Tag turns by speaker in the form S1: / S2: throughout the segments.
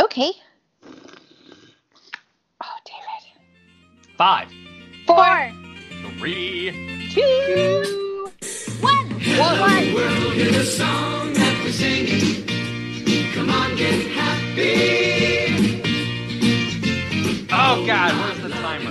S1: Okay. Oh, David.
S2: Five,
S1: Four,
S2: three,
S1: two, one. One.
S2: oh god, where's the timer?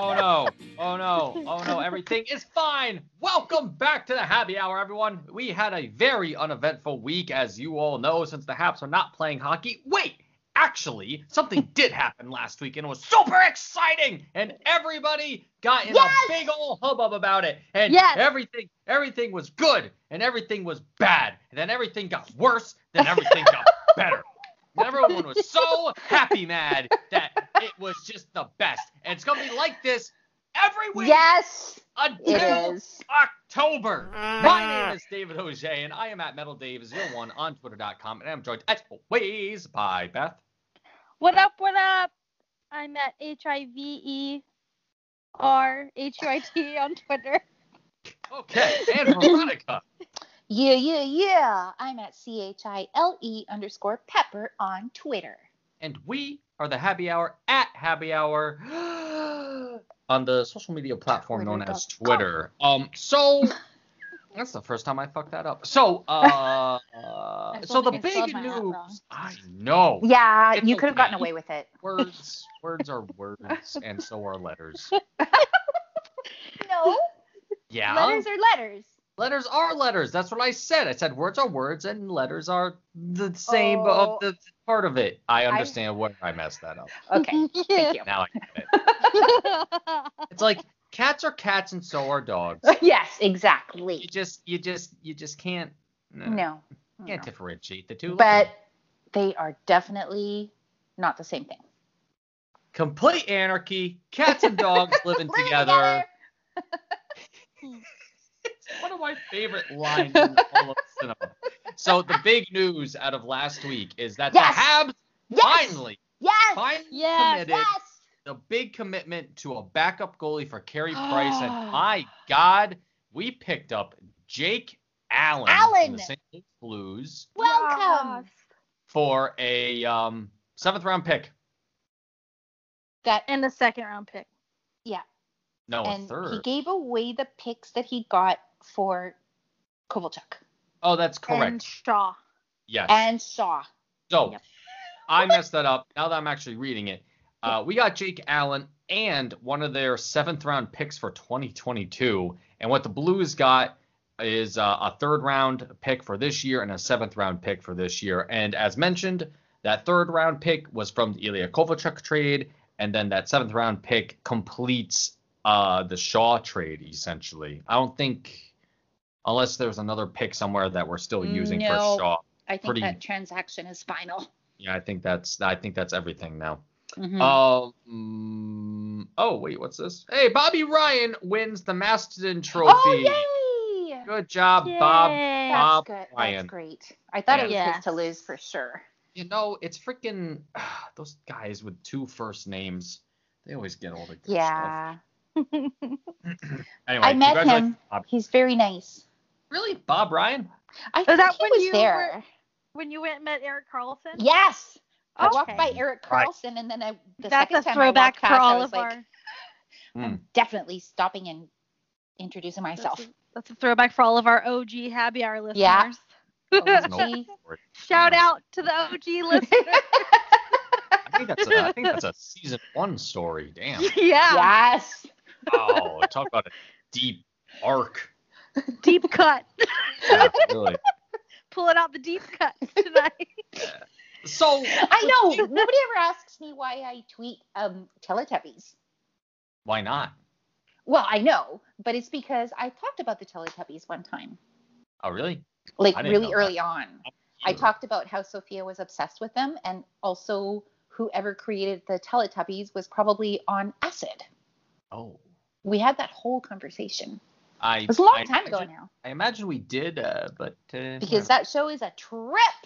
S2: oh no, oh no, oh no, everything is fine. Welcome back to the happy hour, everyone. We had a very uneventful week, as you all know, since the Haps are not playing hockey. Wait, actually, something did happen last week and it was super exciting, and everybody got in
S1: Yes!
S2: a big old hubbub about it. And
S1: Yes.
S2: everything everything was good and everything was bad. And then everything got worse, then everything got better. And everyone was so happy mad that it was just the best. And it's gonna be like this every week
S1: Yes,
S2: until
S1: it is.
S2: October. My name is David O'Shea, and I am at MetalDave01 on Twitter.com, and I'm joined as always by Beth.
S3: What up? What up? I'm at H I V E R H U I T on Twitter.
S2: Okay, and Veronica.
S1: Yeah, yeah, yeah. I'm at C H I L E underscore pepper on Twitter.
S2: and we are the Happy Hour at Happy Hour on the social media platform known as Twitter. Um, so that's the first time I fucked that up. So, uh, uh, so
S3: still
S2: the
S3: think I spelled
S2: big
S3: my hat wrong.
S2: news. I know
S1: Yeah,
S2: It's
S1: you could have gotten
S2: okay.
S1: away with it.
S2: words. Words are words, and so are letters.
S3: No,
S2: Yeah,
S3: letters are letters.
S2: Letters are letters. That's what I said. I said words are words, and letters are the same
S1: Oh.
S2: of the part of it. I understand where I messed that up.
S1: Okay. Thank you.
S2: Now I get it. It's like cats are cats, and so are dogs.
S1: yes,
S2: you
S1: exactly.
S2: just you just you just can't no,
S1: No.
S2: you can't differentiate the two
S1: But they are definitely not the same thing.
S2: complete anarchy cats and dogs living
S1: Living
S2: together one of my favorite lines in all of cinema so the big news out of last week is that
S1: Yes!
S2: the habs
S1: Yes.
S2: finally
S1: Yes.
S2: finally
S3: Yes!
S2: committed
S1: Yes.
S2: the big commitment to a backup goalie for Carey Price and
S1: Ah.
S2: my god we picked up Jake Allen,
S1: Allen!
S2: from the St. Louis Blues
S1: Welcome.
S2: for a um, seventh round pick
S1: That
S3: And the second round pick.
S2: no Oh, a
S1: and
S2: third
S1: he gave away the picks that he got for Kovalchuk
S2: Oh, that's correct.
S3: And Shaw.
S2: yes.
S1: and Shaw.
S2: so
S3: Yep.
S2: I messed that up. Now that I'm actually reading it, uh, we got Jake Allen and one of their seventh round picks for 2022. And what the Blues got is uh, a third round pick for this year and a seventh round pick for this year. And as mentioned, that third round pick was from the Ilya Kovalchuk trade, and then that seventh round pick completes uh, the Shaw trade essentially. I don't think, unless there's another pick somewhere that we're still using
S1: No.
S2: for Shaw.
S1: I think
S2: Pretty-
S1: that transaction is final.
S2: Yeah, I think that's I think that's everything now.
S1: Mhm.
S2: Uh, Um, oh wait, what's this? Hey, Bobby Ryan wins the Masterton Trophy.
S1: oh yay!
S2: Good job,
S3: Yay.
S2: Bob.
S1: That's
S2: Bob
S1: good.
S2: Ryan.
S1: That's great. I thought it was
S3: Yes.
S1: his to lose for sure.
S2: You know, it's freaking ah, those guys with two first names. They always get all the good stuff.
S1: Yeah.
S2: Anyway,
S1: I met
S2: congratulations,
S1: him.
S2: Bob.
S1: He's very nice.
S2: Really, Bob Ryan?
S1: I
S3: that
S1: think he
S3: when
S1: was
S3: you
S1: there.
S3: When you went and met Eric Carlson.
S1: Yes. I walked
S3: Okay.
S1: by Eric
S2: Right.
S1: Carlson, and then I the
S3: That's
S1: second
S3: a
S1: time I
S3: throwback
S1: walked past,
S3: for all
S1: I was
S3: of
S1: like,
S3: our.
S1: I'm definitely stopping and introducing myself.
S3: That's a, that's a throwback for all of our OG Happy Hour listeners.
S1: Yeah.
S2: Oh, No
S1: Gee.
S2: word.
S3: Shout out to the OG listeners.
S2: I think that's a, I think that's a season one story. Damn.
S3: yeah.
S1: Yes.
S2: Wow, talk about a deep arc.
S3: Deep cut.
S2: Yeah, really.
S3: Pulling out the deep cut tonight.
S2: So
S1: I know. Nobody ever asks me why I tweet um, Teletubbies.
S2: why not?
S1: Well, I know, but it's because I talked about the Teletubbies one time,
S2: Oh, really?
S1: like
S2: I didn't
S1: really
S2: know that.
S1: early on. I talked about how Sophia was obsessed with them, and also whoever created the Teletubbies was probably on acid.
S2: Oh,
S1: We had that whole conversation.
S2: I.
S1: It was a long
S2: I
S1: time ago
S2: imagine-
S1: now
S2: I imagine we did, uh, but uh,
S1: because
S2: yeah.
S1: that show is a trip.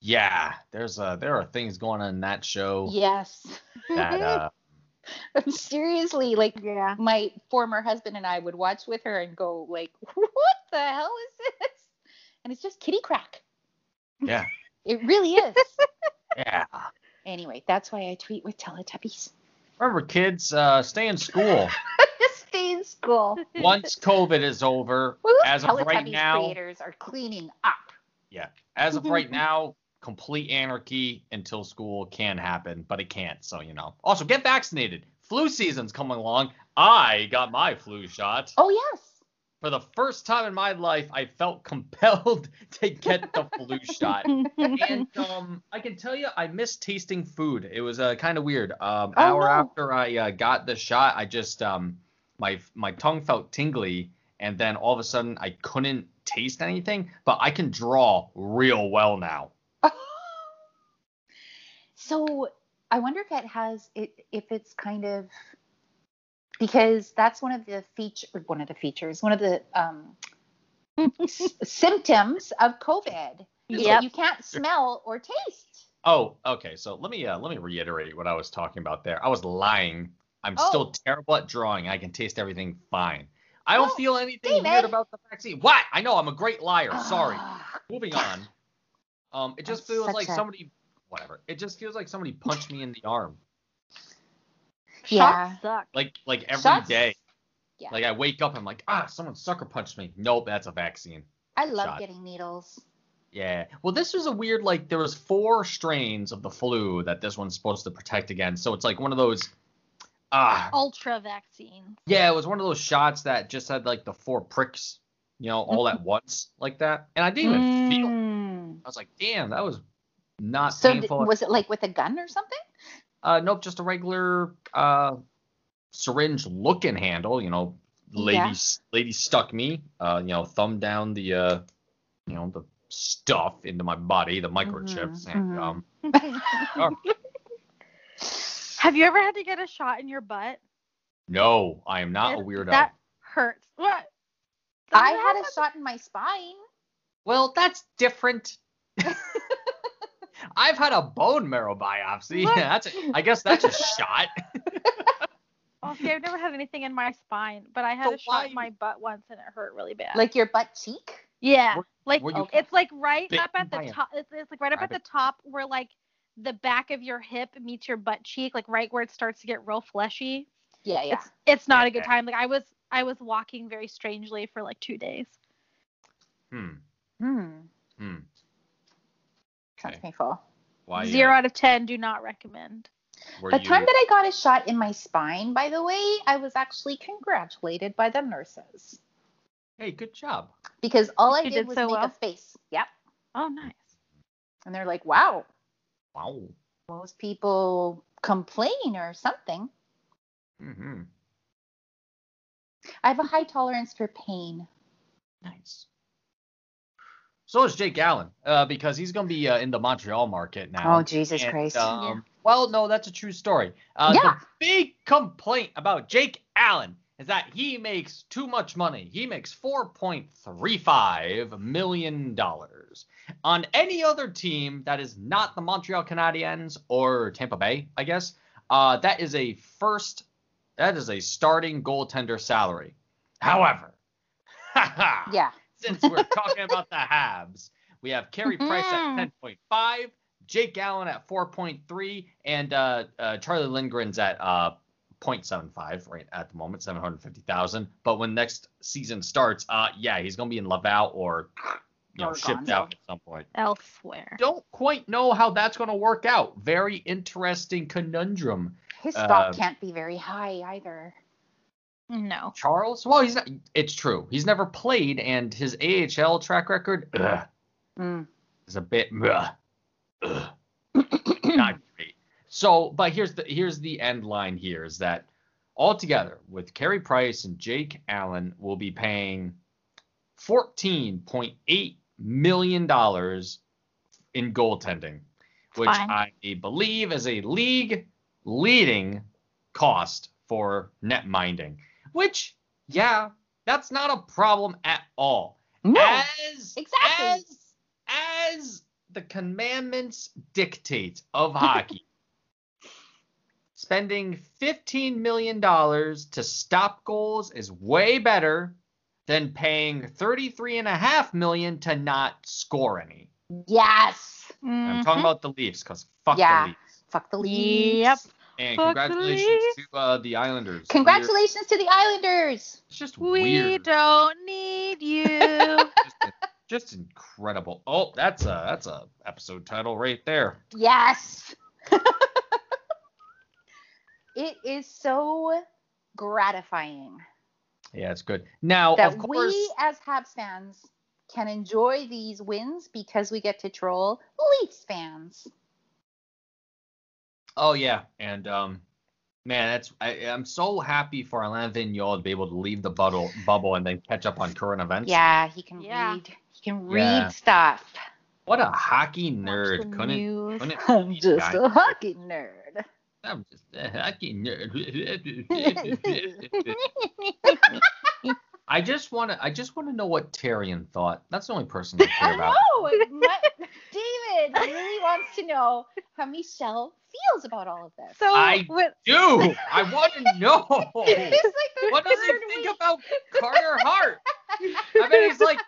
S2: yeah, there's uh, there are things going on in that show
S1: Yes.
S2: that uh,
S1: Seriously, like
S3: yeah.
S1: my former husband and I would watch with her and go like, "What the hell is this?" And it's just kitty crack.
S2: yeah,
S1: It really is.
S2: Yeah.
S1: anyway, that's why I tweet with Teletubbies.
S2: Remember, kids, uh, stay in school.
S1: Stay in school.
S2: Once COVID is over,
S1: Woo,
S2: as of right
S1: Teletubbies
S2: now,
S1: creators are cleaning up.
S2: as of right now, complete anarchy until school can happen, but it can't. So you know. Also, get vaccinated. Flu season's coming along. I got my flu shot.
S1: Oh yes.
S2: For the first time in my life, I felt compelled to get the flu shot. and um, I can tell you, I missed tasting food. It was uh, kind of weird. Um,
S1: Oh,
S2: hour
S1: no.
S2: after I uh, got the shot, I just um, my my tongue felt tingly, and then all of a sudden I couldn't taste anything. But I can draw real well now.
S1: so I wonder if it has it if it's kind of because that's one of the feature one of the features one of the um, s- symptoms of COVID. is that
S3: Yep.
S1: You can't smell or taste.
S2: Oh, okay. So let me uh, let me reiterate what I was talking about there. I was lying. I'm still
S3: Oh.
S2: terrible at drawing. I can taste everything fine. I don't
S1: Well,
S2: feel anything weird
S1: David.
S2: about the vaccine. What? I know I'm a great liar. Sorry.
S1: Ah,
S2: moving on. Um, it just
S1: That's
S2: feels
S1: such
S2: like
S1: a-
S2: somebody, whatever. It just feels like somebody punched me in the arm,
S1: Yeah.
S3: Shots suck.
S2: like like every day.
S1: Shots? Yeah.
S2: Like I wake up, I'm like, ah, someone sucker punched me. Nope, that's a vaccine.
S1: I love
S2: Shot.
S1: getting needles.
S2: Yeah. Well, this was a weird like there was four strains of the flu that this one's supposed to protect against. So it's like one of those. Ah,
S3: Ultra vaccine.
S2: yeah, it was one of those shots that just had like the four pricks, you know, all at once like that, and I didn't even feel. it.
S1: Mm-hmm. Mm.
S2: I was like, damn, that was not
S1: So did,
S2: painful. at
S1: was it like with a gun or something?
S2: Uh, nope, just a regular uh, syringe looking handle. You know, lady
S1: Yeah.
S2: lady stuck me. Uh, you know, thumb down the uh, you know, the stuff into my body, the microchips,
S1: Mhm,
S2: and
S1: mhm.
S2: um,
S3: Oh. Have you ever had to get a shot in your butt?
S2: no, I am not a
S3: It-
S2: weirdo.
S3: That hurts. What?
S1: I had a shot in my spine.
S2: Well, that's different. I've had a bone marrow biopsy.
S3: What?
S2: Yeah, that's. A, I guess that's a shot.
S3: Oh, see, I've never had anything in my spine, but I had
S2: So
S3: a shot in
S2: why-
S3: my butt once and it hurt really bad.
S1: Like your butt cheek?
S3: yeah,
S2: Were-
S3: like
S2: were you
S3: it's like right
S2: bitten
S3: up at
S2: by
S3: the
S2: a
S3: top. It's, it's like right up at the
S2: rabbit?
S3: top where like the back of your hip meets your butt cheek, like right where it starts to get real fleshy.
S1: Yeah, yeah.
S3: It's it's not a
S2: Yeah.
S3: good time. Like I was I was walking very strangely for like two days.
S2: Hmm.
S1: Hmm.
S2: Hmm.
S1: Sounds
S2: Okay.
S1: painful.
S2: Why? uh,
S3: Zero out of ten. Do not recommend.
S2: were
S1: The
S2: you-
S1: time that I got a shot in my spine, by the way, I was actually congratulated by the nurses
S2: hey, good job.
S1: because all I
S3: You
S1: did,
S3: did
S1: was
S3: so
S1: make
S3: well.
S1: a face. Yep.
S3: Oh, nice.
S1: And they're like, wow,
S2: Wow.
S1: most people complain or something.
S2: hmm
S1: I have a high tolerance for pain.
S2: Nice. So is Jake Allen, uh, because he's going to be uh, in the Montreal market now.
S1: Oh, Jesus
S2: And,
S1: Christ.
S2: um,
S3: Yeah.
S2: Well, no, that's a true story. Uh,
S1: Yeah.
S2: The big complaint about Jake Allen is that he makes too much money. He makes $4.35 million. On any other team that is not the Montreal Canadiens or Tampa Bay, I guess, uh, that is a first, that is a starting goaltender salary. However,
S1: yeah.
S2: since we're talking about the Habs. We have Carey Price at 10.5, Jake Allen at 4.3, and uh, uh, Charlie Lindgren's at uh, 0.75 right at the moment, 750,000. But when next season starts, uh, yeah, he's going to be in Laval or you know
S1: Or
S2: shipped
S1: Gonzo.
S2: out at some point.
S3: Elsewhere.
S2: Don't quite know how that's going to work out. Very interesting conundrum.
S1: His
S2: uh,
S1: stock can't be very high either.
S3: No.
S2: Charles, well, he's not. It's true. He's never played, and his AHL track record ugh,
S1: Mm.
S2: is a bit. ugh, ugh.
S1: Hmm.
S2: not great. So, but here's the here's the end line here is that altogether with Carey Price and Jake Allen will be paying 14.8 million dollars in goaltending, which
S3: Fine.
S2: I believe is a league leading cost for net minding. Which, yeah, that's not a problem at all.
S1: no.
S2: As
S1: exactly.
S2: as as the commandments dictate of hockey. Spending $15 million to stop goals is way better than paying $33.5 million to not score any.
S1: yes.
S3: Mm.
S2: I'm talking about the Leafs because fuck
S1: Yeah.
S2: the Leafs.
S1: Fuck the Leafs.
S3: Yep.
S2: And
S3: Fuck the
S2: congratulations
S3: Leafs.
S2: to uh, the Islanders. Weird-
S1: Congratulations to the Islanders.
S2: It's just
S3: We
S2: weird.
S3: don't need you.
S2: Just, just incredible. Oh, that's a that's a episode title right there.
S1: Yes. it is so gratifying
S2: Yeah, it's good. Now,
S1: that
S2: of course,
S1: we as Habs fans can enjoy these wins because we get to troll Leafs fans.
S2: Oh yeah, and um, man, that's I, I'm so happy for Alain Vigneault to be able to leave the bubble bubble and then catch up on current events.
S1: Yeah, he can
S3: Yeah.
S1: read. He can read
S2: Yeah.
S1: stuff.
S2: What a hockey
S3: Watch
S2: nerd!
S3: the
S2: Couldn't
S3: news.
S2: couldn't
S1: I'm just
S2: guy.
S1: a hockey nerd.
S2: I'm just a hockey nerd. I just want to I just want to know what Tyrion thought. That's the only person I care about.
S1: know. My- Oh, David really wants to know how Michelle feels about all of this.
S3: So
S2: I-
S3: with,
S2: Dude, I want to know.
S1: It's like the
S2: What does
S1: third
S2: he
S1: week.
S2: think about Carter Hart? I mean, he's like,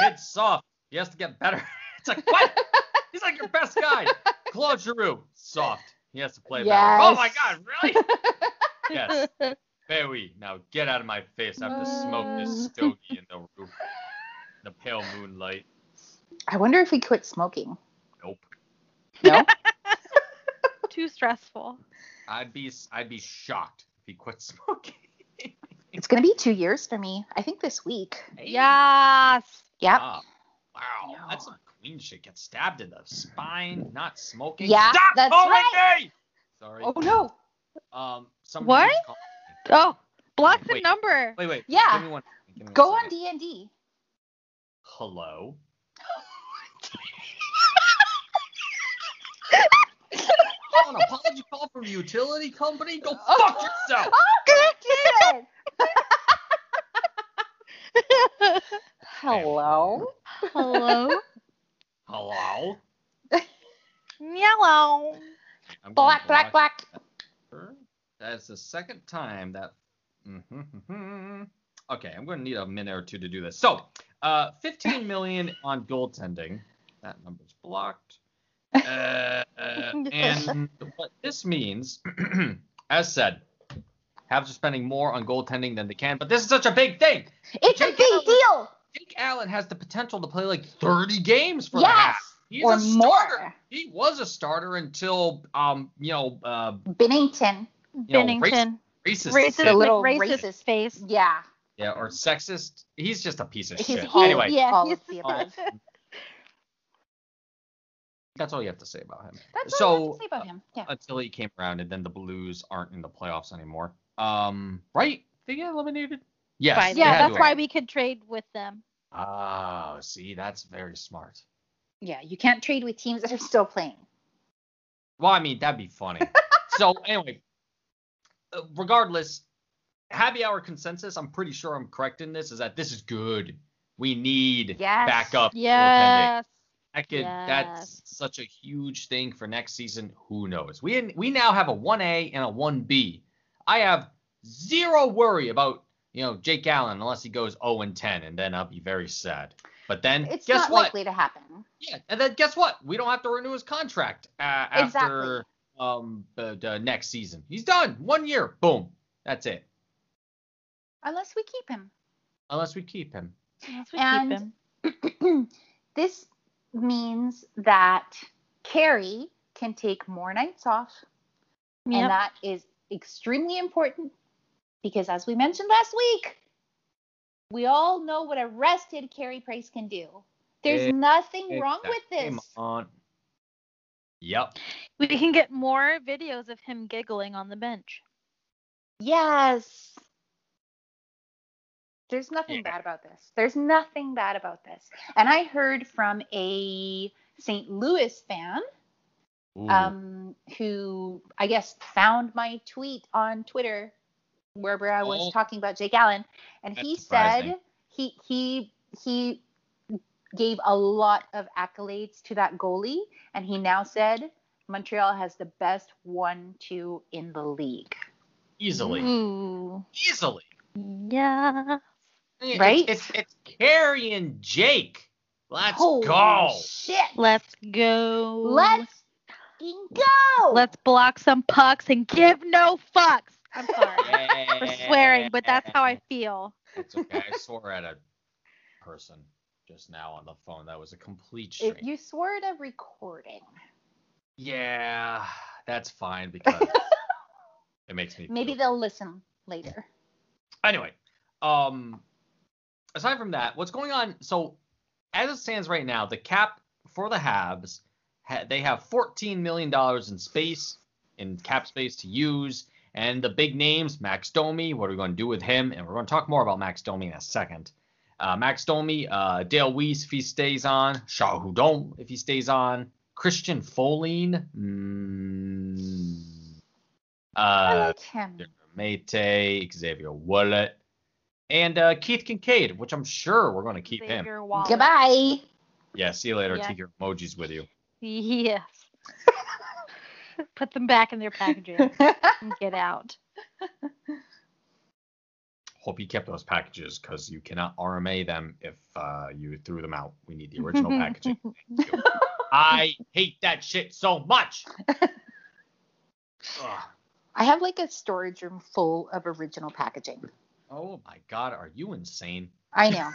S2: kid's soft. He has to get better. It's like, what? He's like your best guy. Claude Giroux, soft. He has to play better. Oh my
S1: Yes.
S2: God, really? yes. Very. Now get out of my face. I have to smoke this stogie in the roof. The pale moonlight.
S1: I wonder if he quit smoking.
S2: Nope.
S1: No.
S3: too stressful.
S2: I'd be I'd be shocked if he quit smoking.
S1: it's gonna be two years for me. I think this week.
S3: Yes.
S1: Yep.
S2: Ah, wow.
S1: No.
S2: That's some queen shit. Get stabbed in the spine, not smoking.
S1: Yeah,
S2: Stop
S1: that's
S2: calling
S1: right.
S2: me! Sorry.
S1: Oh no.
S2: Um somebody
S3: What?
S2: just called-
S3: Oh, block the
S2: Wait.
S3: number.
S2: Wait, wait.
S1: Yeah.
S2: Give me one. Give me
S1: Go
S2: one
S1: on
S2: second.
S1: D and D.
S2: Hello. oh, an apology call from a utility company? Go
S1: Oh.
S2: fuck yourself.
S1: David. Hello.
S3: Hello.
S2: Hello.
S3: Yellow.
S2: I'm gonna
S1: Black, black,
S2: block
S1: black.
S2: her. That's the second time that. Mhm. Okay, I'm going to need a minute or two to do this. So, uh, 15 million on goaltending. That number's blocked. Uh, uh, and what this means, as said, Habs are spending more on goaltending than they can, but this is such a big thing.
S1: It's a
S2: Jake
S1: big deal.
S2: Jake Allen has the potential to play like 30 games for
S1: Yes.
S2: the Habs. He's
S1: Or
S2: a starter.
S1: more.
S2: He was a starter until, um, you know, uh,
S1: Bennington.
S2: You know,
S3: Bennington.
S2: racist.
S3: racist,
S2: shit.
S1: The little
S3: like, racist,
S1: racist.
S3: face.
S1: Yeah.
S2: Yeah, or sexist. He's just a piece of
S1: He's
S2: shit.
S1: all,
S2: anyway,
S3: yeah,
S1: all
S3: he's-
S1: of the
S2: all-
S1: above.
S2: that's all you have to say about him.
S1: That's all I have
S2: so uh,
S1: to say about him. Yeah.
S2: until he came around, and then the Blues aren't in the playoffs anymore. Um, right? They get eliminated. Yes.
S3: Yeah,
S2: they had
S3: that's
S2: to.
S3: why we could trade with them.
S2: Oh, see, that's very smart.
S1: Yeah. You can't trade with teams that are still playing.
S2: Well, I mean, that'd be funny. so anyway, uh, regardless, happy hour consensus. I'm pretty sure I'm correct in this. Is that this is good. We need
S1: Yes.
S2: backup. goaltending.
S3: Yes.
S2: That could, That's
S3: Yes.
S2: such a huge thing for next season. Who knows? We we now have a 1A and a 1B. I have zero worry about you know Jake Allen unless he goes 0 and 10, and then I'll be very sad. But then
S1: It's
S2: guess
S1: not
S2: what?
S1: likely to happen.
S2: Yeah, and then guess what? We don't have to renew his contract uh, after
S1: Exactly.
S2: um the, the next season. He's done. One year. Boom. That's it.
S1: Unless we keep him.
S2: Unless we keep him.
S3: Yes,
S1: And-
S3: we keep him.
S1: this means that Carrie can take more nights off,
S3: Yep.
S1: and that is extremely important because, as we mentioned last week, we all know what a rested Carrie Price can do. There's
S2: Yeah.
S1: nothing wrong with
S2: Exactly.
S1: this.
S2: on. Yep.
S3: we can get more videos of him giggling on the bench.
S1: Yes. There's nothing
S2: Yeah.
S1: bad about this. There's nothing bad about this. And I heard from a St. Louis fan
S2: Ooh.
S1: um, who I guess found my tweet on Twitter where I was
S2: Oh.
S1: talking about Jake Allen, and
S2: That's
S1: he
S2: surprising.
S1: said he he he gave a lot of accolades to that goalie, and he now said Montreal has the best one-two in the league.
S2: easily.
S1: mm.
S3: Ooh.
S2: Easily.
S3: Yeah.
S2: It's-
S1: Right?
S2: It's, it's Carrie and Jake. Let's
S1: Holy
S2: go.
S1: Shit.
S3: Let's go.
S1: Let's fucking go.
S3: let's block some pucks and give no fucks. I'm sorry for
S2: Yeah.
S3: swearing, but that's how I feel.
S2: It's okay. I swore at a person just now on the phone. That was a complete
S1: If
S2: stranger.
S1: you swore at a recording,
S2: Yeah, that's fine because it makes me.
S1: maybe
S2: feel-
S1: they'll listen later.
S2: Anyway, um, aside from that, what's going on? So, as it stands right now, the cap for the Habs, ha- they have 14 million dollars in space, in cap space to use, and the big names, Max Domi. What are we going to do with him? And we're going to talk more about Max Domi in a second. Uh, Max Domi, uh, Dale Weiss if he stays on, Shah Hudon if he stays on, Christian Folin. Mm,
S1: I
S2: uh,
S1: like him.
S2: Mate, Xavier Wallet, and uh, Keith Kincaid, which I'm sure we're going to keep him.
S3: Xavier Wallace.
S1: Goodbye.
S2: Yeah, see you later.
S3: Yeah.
S2: Take your emojis with you.
S3: Yes. Put them back in their packages and get out.
S2: Hope you kept those packages because you cannot RMA them if uh, you threw them out. We need the original packaging. Thank you. I hate that shit so much. Ugh.
S1: I have like a storage room full of original packaging.
S2: Oh my god, are you insane?
S1: I know.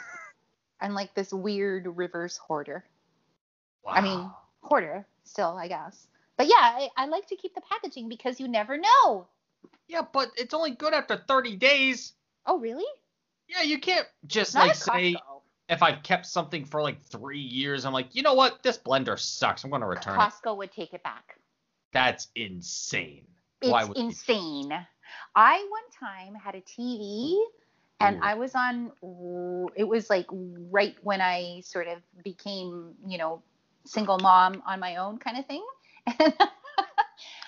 S1: I'm like this weird reverse hoarder.
S2: Wow.
S1: I mean, hoarder still, I guess. But yeah, I, I like to keep the packaging because you never know.
S2: yeah, but it's only good after 30 days.
S1: Oh, really?
S2: Yeah, you can't just
S1: Not
S2: like
S1: at
S2: say.
S1: Costco.
S2: if I kept something for like three years, I'm like, you know what? This blender sucks. I'm gonna return it.
S1: Costco would take it back.
S2: That's insane.
S1: It's
S2: Why would you-
S1: insane. I one time had a TV and
S2: Ooh.
S1: I was on it was like right when I sort of became, you know, single mom on my own kind of thing.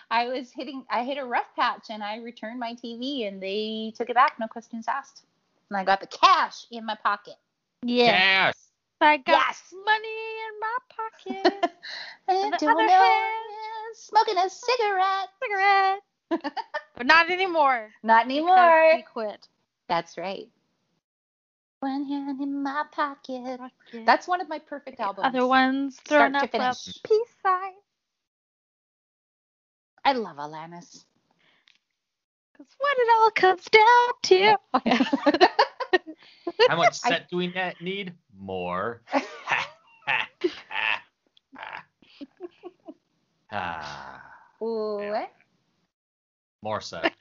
S1: And I was hitting I hit a rough patch and I returned my TV and they took it back, no questions asked. And I got the cash in my pocket.
S3: Yeah.
S2: Cash.
S3: I got
S1: Yes.
S3: money in my pocket.
S1: And
S3: the
S1: doing
S3: other
S1: no-
S3: hand-
S1: smoking a cigarette.
S3: Cigarette. but not anymore.
S1: Not
S3: because
S1: anymore.
S3: We quit.
S1: That's right. One hand in my pocket.
S3: Yeah.
S1: That's one of my perfect albums.
S3: Other ones
S1: Start
S3: thrown
S1: to
S3: up a
S1: finish.
S3: peace sign.
S1: I love Alanis.
S3: That's what it all comes down to.
S2: How much set do we net need? More. ah,
S1: Ooh,
S2: Yeah.
S1: what?
S2: more set.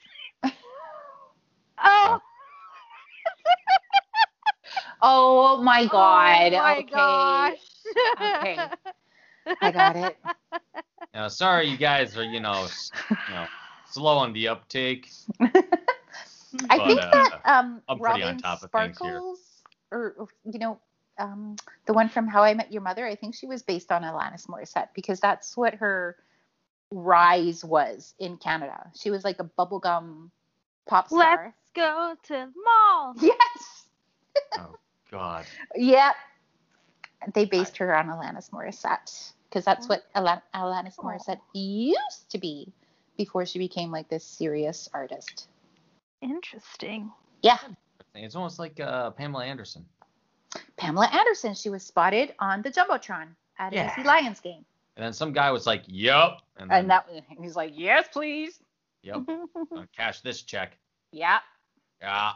S3: Oh,
S1: Oh my god.
S3: Oh my
S1: okay.
S3: gosh.
S1: Okay. I got it.
S2: Now, sorry you guys are, you know, s- you know, slow on the uptake.
S1: I
S2: But,
S1: think
S2: uh,
S1: that um
S2: I'm pretty on
S1: Robin
S2: top of things here.
S1: Sparkles or or, you know um the one from How I Met Your Mother, I think she was based on Alanis Morissette because that's what her rise was in Canada. She was like a bubblegum pop star.
S3: Let's go to the mall.
S1: Yes.
S2: God.
S1: Yep. They based her on Alanis Morissette because that's what Alan- Alanis
S3: Oh.
S1: Morissette used to be before she became like this serious artist.
S3: Interesting.
S1: Yeah.
S2: It's almost like uh, Pamela Anderson.
S1: Pamela Anderson, she was spotted on the Jumbotron at
S2: Yeah. Mm-hmm.
S1: a BC Lions game.
S2: And then some guy was like, "Yup,"
S1: And that he's like, yes, please.
S2: "Yep, I'll cash this check."
S1: Yeah.
S2: Yeah.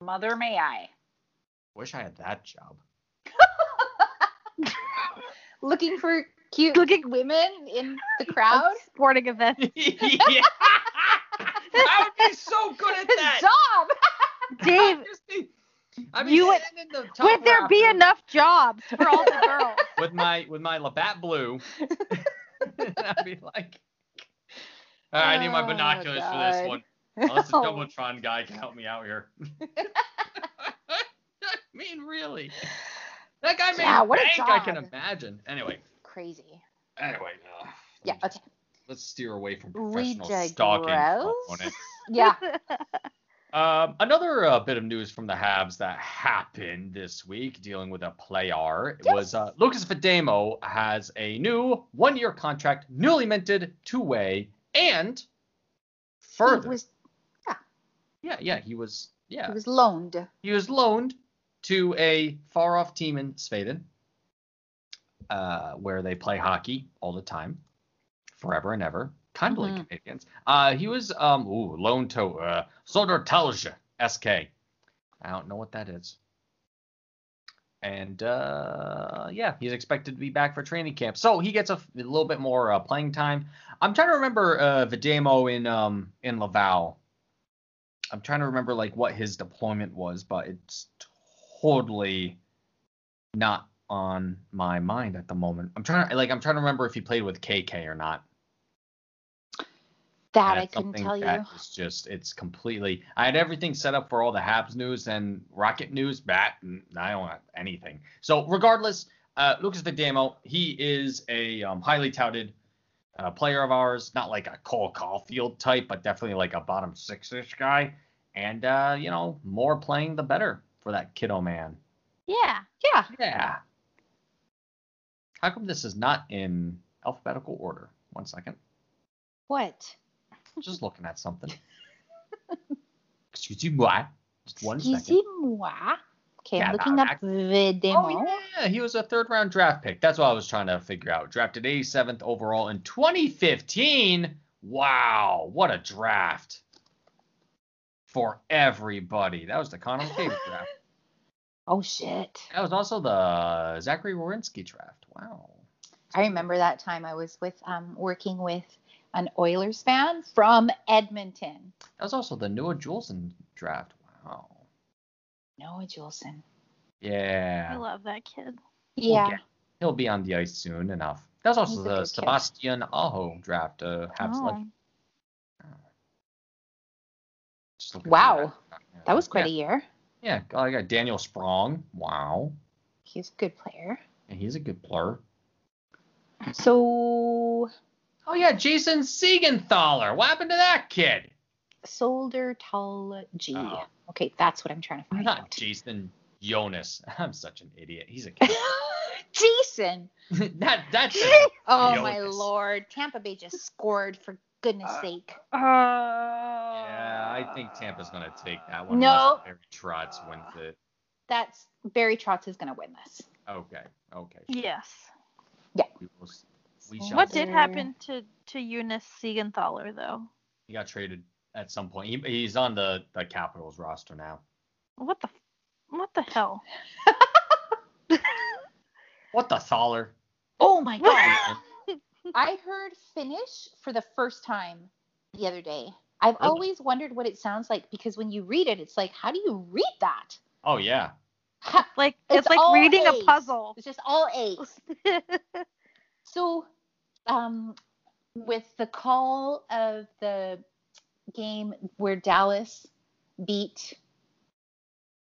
S1: Mother, may I?
S2: Wish I had that job.
S1: Looking for cute looking women in the crowd.
S3: Sporting event.
S2: yeah. I would be so good at
S1: Good
S2: that.
S1: job.
S3: Dave,
S2: Just be- I'd be
S3: You would-
S2: standing in the top
S3: would there be
S2: rafters
S3: enough jobs for all the girls?
S2: with my with my Labatt Blue? I'd be like, "All right, I need my
S1: Oh,
S2: binoculars for this
S1: God. Oh.
S2: one. Unless the Jumbotron guy can help me out here. I mean, really, that guy made
S1: Yeah, what a
S2: bank. I can
S1: job.
S2: imagine. Anyway,
S1: Crazy.
S2: anyway, uh,
S1: Yeah. Okay.
S2: let's steer away from
S1: We
S2: professional stalking. for a moment.
S1: digress. Yeah.
S2: Um, another uh, bit of news from the Habs that happened this week, dealing with a player,
S1: Yes.
S2: was uh, Lucas Fademo has a new one-year contract, newly minted, two-way, and
S1: It
S2: further.
S1: was
S2: yeah, yeah, he was. Yeah,
S1: He was loaned.
S2: he was loaned to a far-off team in Sweden, uh, where they play hockey all the time, forever and ever. Kind of
S1: Mhm.
S2: like Canadians. Uh, he was um, ooh, loaned to uh, Södertälje SK. I don't know what that is. And uh, yeah, he's expected to be back for training camp, so he gets a, f- a little bit more uh, playing time. I'm trying to remember uh, Videmo in um in Laval. I'm trying to remember like what his deployment was, but it's totally not on my mind at the moment. I'm trying to like I'm trying to remember if he played with KK or not.
S1: That
S2: And
S1: I
S2: it's
S1: couldn't
S2: something
S1: tell you.
S2: that is just it's completely. I had everything set up for all the Habs news and Rocket news, bat. and I don't have anything. So regardless, uh, Lucas Vidamo, he is a um, highly touted uh, player of ours. Not like a Cole Caulfield type, but definitely like a bottom six-ish guy. And uh, you know, more playing the better for that kiddo man.
S3: Yeah.
S1: Yeah.
S2: Yeah. How come this is not in alphabetical order? One second.
S1: What?
S2: Just looking at something. Excuse me. Just one second.
S1: Excusez-moi. Okay,
S2: Yeah,
S1: I'm looking
S2: that-
S1: up the demo.
S2: Oh, yeah. He was a third round draft pick. That's what I was trying to figure out. Drafted 87th overall in 2015. Wow. What a draft for everybody. That was the Connor McDavid draft.
S1: oh shit.
S2: That was also the Zachary Warinsky draft. Wow.
S1: I remember that time I was with um working with an Oilers fan from Edmonton.
S2: That was also the Noah Juleson draft. Wow.
S1: Noah Juleson.
S2: Yeah.
S3: I love that kid.
S2: We'll
S1: Yeah.
S2: get- He'll be on the ice soon enough. That was also
S1: He's a
S2: the
S1: good kid.
S2: Sebastian Aho draft. Uh, Habs
S3: Oh.
S2: legend. Just look at
S1: Wow.
S2: that. Yeah.
S1: That was quite
S2: yeah.
S1: a year.
S2: Yeah, God, I got Daniel Sprong. Wow.
S1: He's a good player.
S2: And he's a good player.
S1: So
S2: Oh, yeah, Jason Siegenthaler. What happened to that kid?
S1: Solder Tal G.
S2: Oh.
S1: Okay, that's what I'm trying to find
S2: Not
S1: out.
S2: Jason Jonas. I'm such an idiot. He's a kid.
S1: Jason.
S2: that, that's
S1: Oh my
S2: Jonas.
S1: lord. Tampa Bay just scored for goodness
S2: Uh,
S1: sake.
S3: Oh.
S2: Yeah, I think Tampa's going to take that one.
S1: No.
S2: unless Barry Trotz wins it.
S1: That's Barry Trotz is gonna win this.
S2: Okay. Okay.
S3: Yes.
S2: We will see. We shall
S3: What
S2: see.
S3: did happen to to Eunice Siegenthaler though?
S2: He got traded at some point. He, he's on the, the Capitals roster now.
S3: What the what the hell?
S2: What the Thaler?
S1: Oh my god.
S2: Jason.
S1: I heard Finnish for the first time the other day. I've
S2: Really?
S3: Oh.
S1: always wondered what it sounds like because when you read it, it's like, how do you read that?
S2: Oh, yeah.
S1: Ha-
S3: Like it's, like
S1: all
S3: reading
S1: A's.
S3: a puzzle.
S1: It's just all A's. So, um, with the call of the game where Dallas beat,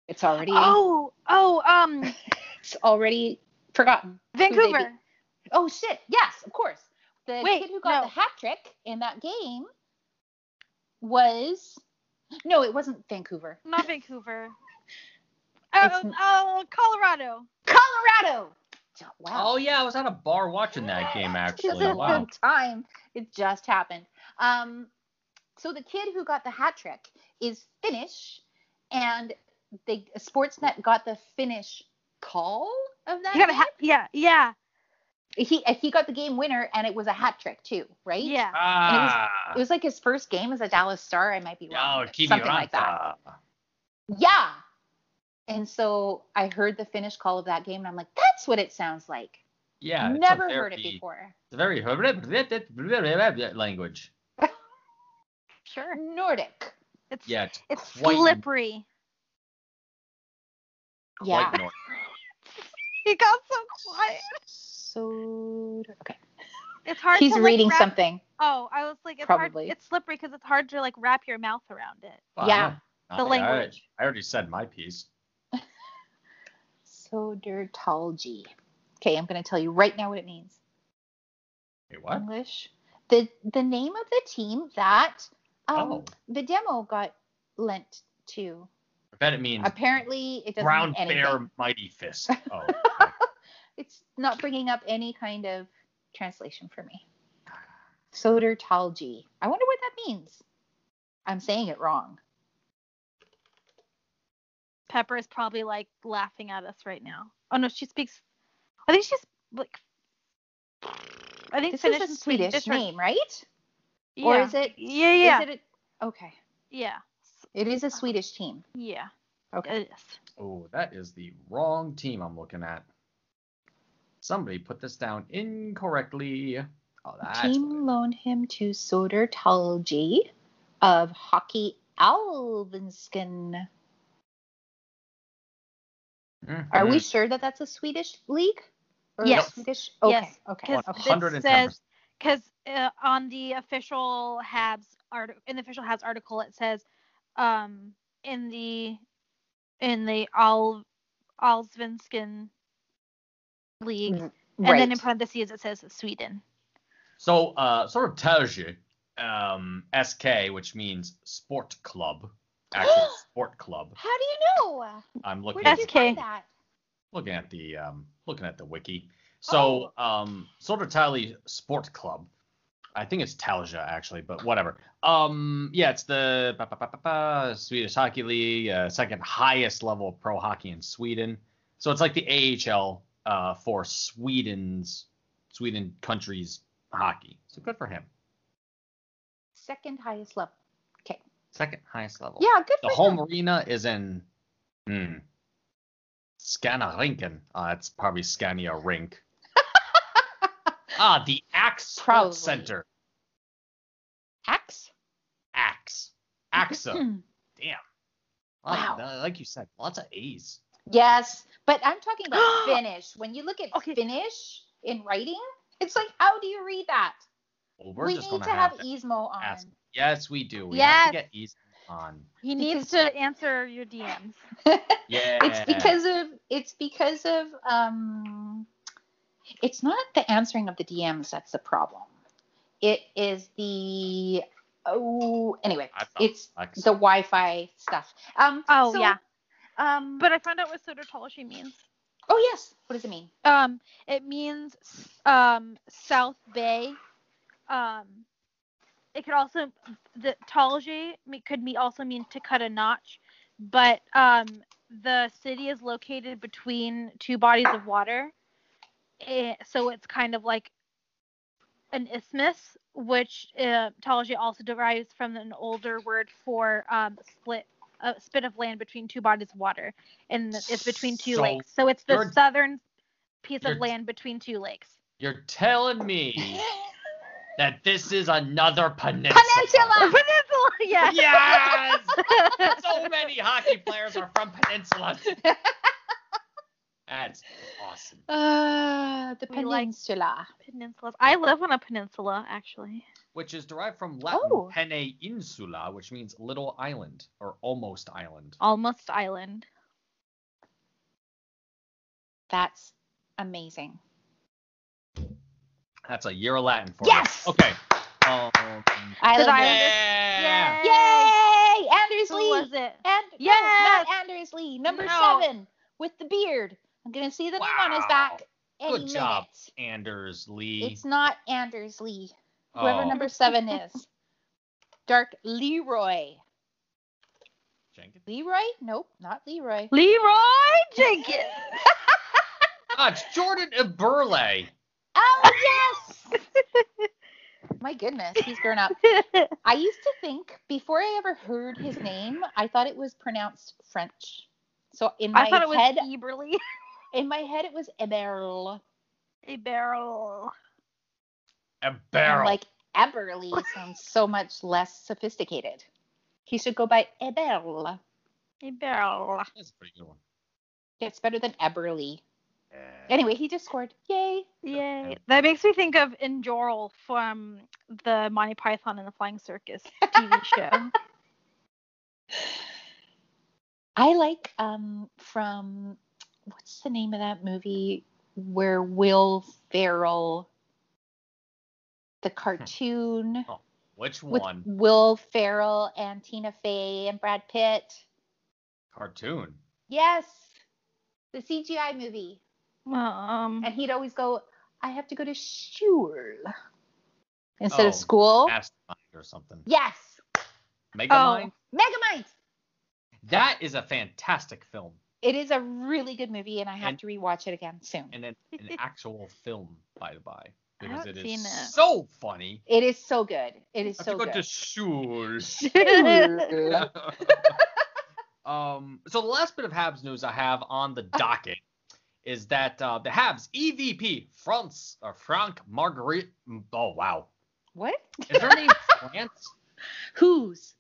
S1: it's already
S3: oh, oh, um
S1: it's already forgotten.
S3: Vancouver.
S1: Oh shit! Yes, of course. The
S3: Wait,
S1: kid who got
S3: no.
S1: the hat trick in that game was no, it wasn't Vancouver.
S3: Not Vancouver. Oh,
S1: It's-
S3: oh, Colorado.
S1: Colorado. Wow.
S2: Oh yeah, I was at a bar watching that game
S1: This
S2: actually.
S1: is
S2: Wow.
S1: the time. It just happened. Um, so the kid who got the hat trick is Finnish, and they Sportsnet got the Finnish call of that.
S3: You got a
S1: game.
S3: ha- yeah, yeah,
S1: he he got the game winner, and it was a hat trick too, right?
S3: yeah.
S2: Ah.
S1: It was like his first game as a Dallas Star. I might be wrong.
S2: Oh,
S1: but
S2: Kiviranta.
S1: something like that. Yeah. And so I heard the Finnish call of that game, and I'm like, that's what it sounds like.
S2: Yeah. it's a
S1: Never heard it
S2: very-
S1: before.
S2: It's a very language.
S3: Sure.
S1: Nordic.
S3: It's
S2: Yeah, it's
S3: it's
S2: quite-
S3: slippery.
S1: Yeah.
S2: quite north.
S3: He got so quiet.
S1: So okay.
S3: It's hard.
S1: He's
S3: to, like,
S1: reading
S3: wrap-
S1: something.
S3: Oh, I was like, it's
S1: Probably.
S3: hard. It's slippery because it's hard to like wrap your mouth around it.
S2: Wow.
S1: Yeah.
S2: I-
S3: The
S2: I-
S3: language.
S2: I, already said my piece.
S1: Sodertalgy. Okay, I'm gonna tell you right now what it means.
S2: Wait, what?
S1: English. The the name of the team that um
S2: Oh.
S1: the demo got lent to.
S2: I bet it means
S1: Apparently it doesn't
S2: brown
S1: mean anything.
S2: bear mighty fist. Oh,
S1: it's not bringing up any kind of translation for me. Sodertalgy. I wonder what that means. I'm saying it wrong.
S3: Pepper is probably like laughing at us right now. Oh no, she speaks. I think she's like I think
S1: This
S3: Finnish
S1: is a
S3: and
S1: Swedish
S3: Swedish are-
S1: name, right?
S3: Yeah.
S1: Or is it?
S3: yeah, yeah, Uh-huh.
S1: Is it a, okay.
S3: yeah,
S1: It is a Swedish team.
S3: yeah.
S1: Okay.
S3: It is.
S2: Oh, that is the wrong team I'm looking at. Somebody put this down incorrectly. Oh, that's what
S1: team
S2: it-
S1: loaned him to Sodertalgi of Hockey Alvenskan.
S2: Mhm.
S1: Are we sure that that's a Swedish league? Or a
S3: Yes.
S1: Swedish? Okay.
S3: Yes.
S1: Okay.
S3: Because
S1: okay.
S2: this- 110%.
S3: it says because uh, on the official Habs art in the official Habs article it says um, in the in the Al Alsvenskan league
S1: Mm,
S3: and
S1: right.
S3: then in parentheses it says Sweden.
S2: So, uh, sort of tells you, um, SK, which means sport club, actual sport club.
S1: How do you know?
S2: I'm
S1: Where
S2: looking
S1: did
S2: at
S1: you
S3: SK.
S1: find that?
S2: looking at the um, looking at the wiki. So um, Sodertali Sport Club. I think it's Talja actually, but whatever. Um, yeah, it's the ba, ba, ba, ba, ba, Swedish Hockey League, uh, second highest level of pro hockey in Sweden. So it's like the AHL uh, for Sweden's Sweden country's hockey. So good for him.
S1: Second highest level.
S2: Second highest level.
S1: Yeah, good
S2: The
S1: for
S2: home
S1: him.
S2: arena is in hmm, Skanarinken. Uh, it's probably Scania Rink. ah, the Axe
S1: Probably.
S2: Sports Center.
S1: Axe.
S2: Axe. AXA. Damn.
S1: Hmm. Wow.
S2: Like- Like you said, lots of A's.
S1: Yes, but I'm talking about Finnish. When you look at
S3: Okay.
S1: Finnish in writing, it's like, how do you read that?
S2: Well, we're
S1: we
S2: just
S1: need
S2: gonna
S1: to have, E.
S2: to
S1: Ismo on.
S2: ask- Yes, we do. We have to
S3: Yes.
S2: get E's on.
S3: He
S1: needs
S3: needs to answer your DMs.
S2: Yeah.
S1: It's because of it's because of um, it's not the answering of the DMs that's the problem. It is the oh anyway,
S2: I thought-
S1: it's
S2: Like,
S1: the Wi-Fi stuff. Um,
S3: Oh,
S1: so,
S3: yeah.
S1: um,
S3: But I found out what Sodertology means.
S1: oh yes, what does it mean?
S3: Um, it means um South Bay. Um, it could also the Talge me- could me also mean to cut a notch, but um the city is located between two bodies of water, eh, so it's kind of like an isthmus, which uh, Talge also derives from an older word for um split. A spit of land between two bodies of water, and it's between two
S2: So
S3: lakes. So it's the
S2: you're-
S3: southern piece
S2: You're-
S3: of land between two lakes.
S2: You're telling me that this is another peninsula.
S1: Peninsula.
S3: Peninsula, yeah.
S2: Yes! so many hockey players are from Peninsula. That's awesome.
S1: Uh, the
S3: We like-
S1: peninsula.
S3: Peninsulas. I live on a peninsula, actually.
S2: Which is derived from Latin
S1: Oh.
S2: pene insula, which means little island or almost island.
S3: Almost island.
S1: That's amazing.
S2: That's a year of Latin for
S1: Yes!
S2: you. Okay. Um,
S1: Island.
S3: I
S1: Islanders.
S2: yeah.
S3: Yay!
S1: Yay! Anders
S3: Who
S1: Lee.
S3: was it?
S1: And
S3: Yes!
S1: no, not Anders Lee. Number
S3: No.
S1: seven with the beard. I'm gonna see the name on his
S2: Wow.
S1: back any
S2: Good
S1: minute.
S2: job, Anders Lee.
S1: It's not Anders Lee. Whoever
S2: Oh,
S1: number seven is. Dark Leroy.
S2: Jenkins.
S1: Leroy? Nope, not Leroy.
S3: Leroy Jenkins.
S2: Ah, it's Jordan Eberle.
S1: Oh yes! My goodness, he's grown up. I used to think before I ever heard his name, I thought it was pronounced French. So in my
S3: I thought it was
S1: head,
S3: Eberly.
S1: in my head, it was Eberl.
S3: A barrel.
S2: A
S1: And,
S2: barrel.
S1: Like Eberly sounds so much less sophisticated. He should go by Eberl.
S3: A barrel.
S2: That's a pretty good one.
S1: It's better than Eberly.
S2: Yeah.
S1: Anyway, he just scored. Yay!
S3: Yay. That makes me think of Enjorl from the Monty Python and the Flying Circus TV show.
S1: I like um from what's the name of that movie where Will Ferrell, the cartoon
S2: Which
S1: with
S2: Hmm. one?
S1: Will Ferrell and Tina Fey and Brad Pitt.
S2: Cartoon.
S1: Yes, the CGI movie.
S3: Um,
S1: and he'd always go, I have to go to school instead
S2: Oh,
S1: of school.
S2: Mastermind or something.
S1: Yes, Oh.
S2: Megamind?
S1: Megamind.
S2: That is a fantastic film
S1: It is a really good movie, and I have
S2: And-
S1: to rewatch it again soon.
S2: and an, an actual film, by the by. because it
S3: haven't
S2: is
S3: seen it.
S2: so funny.
S1: It is so good. It is
S2: I have
S1: so
S2: to go
S1: good.
S2: to school.
S1: Sure.
S2: um, so the last bit of Habs news I have on the docket is that uh, the Habs EVP France or Frank Marguerite. Oh wow,
S1: what?
S2: is her name France?
S1: Who's?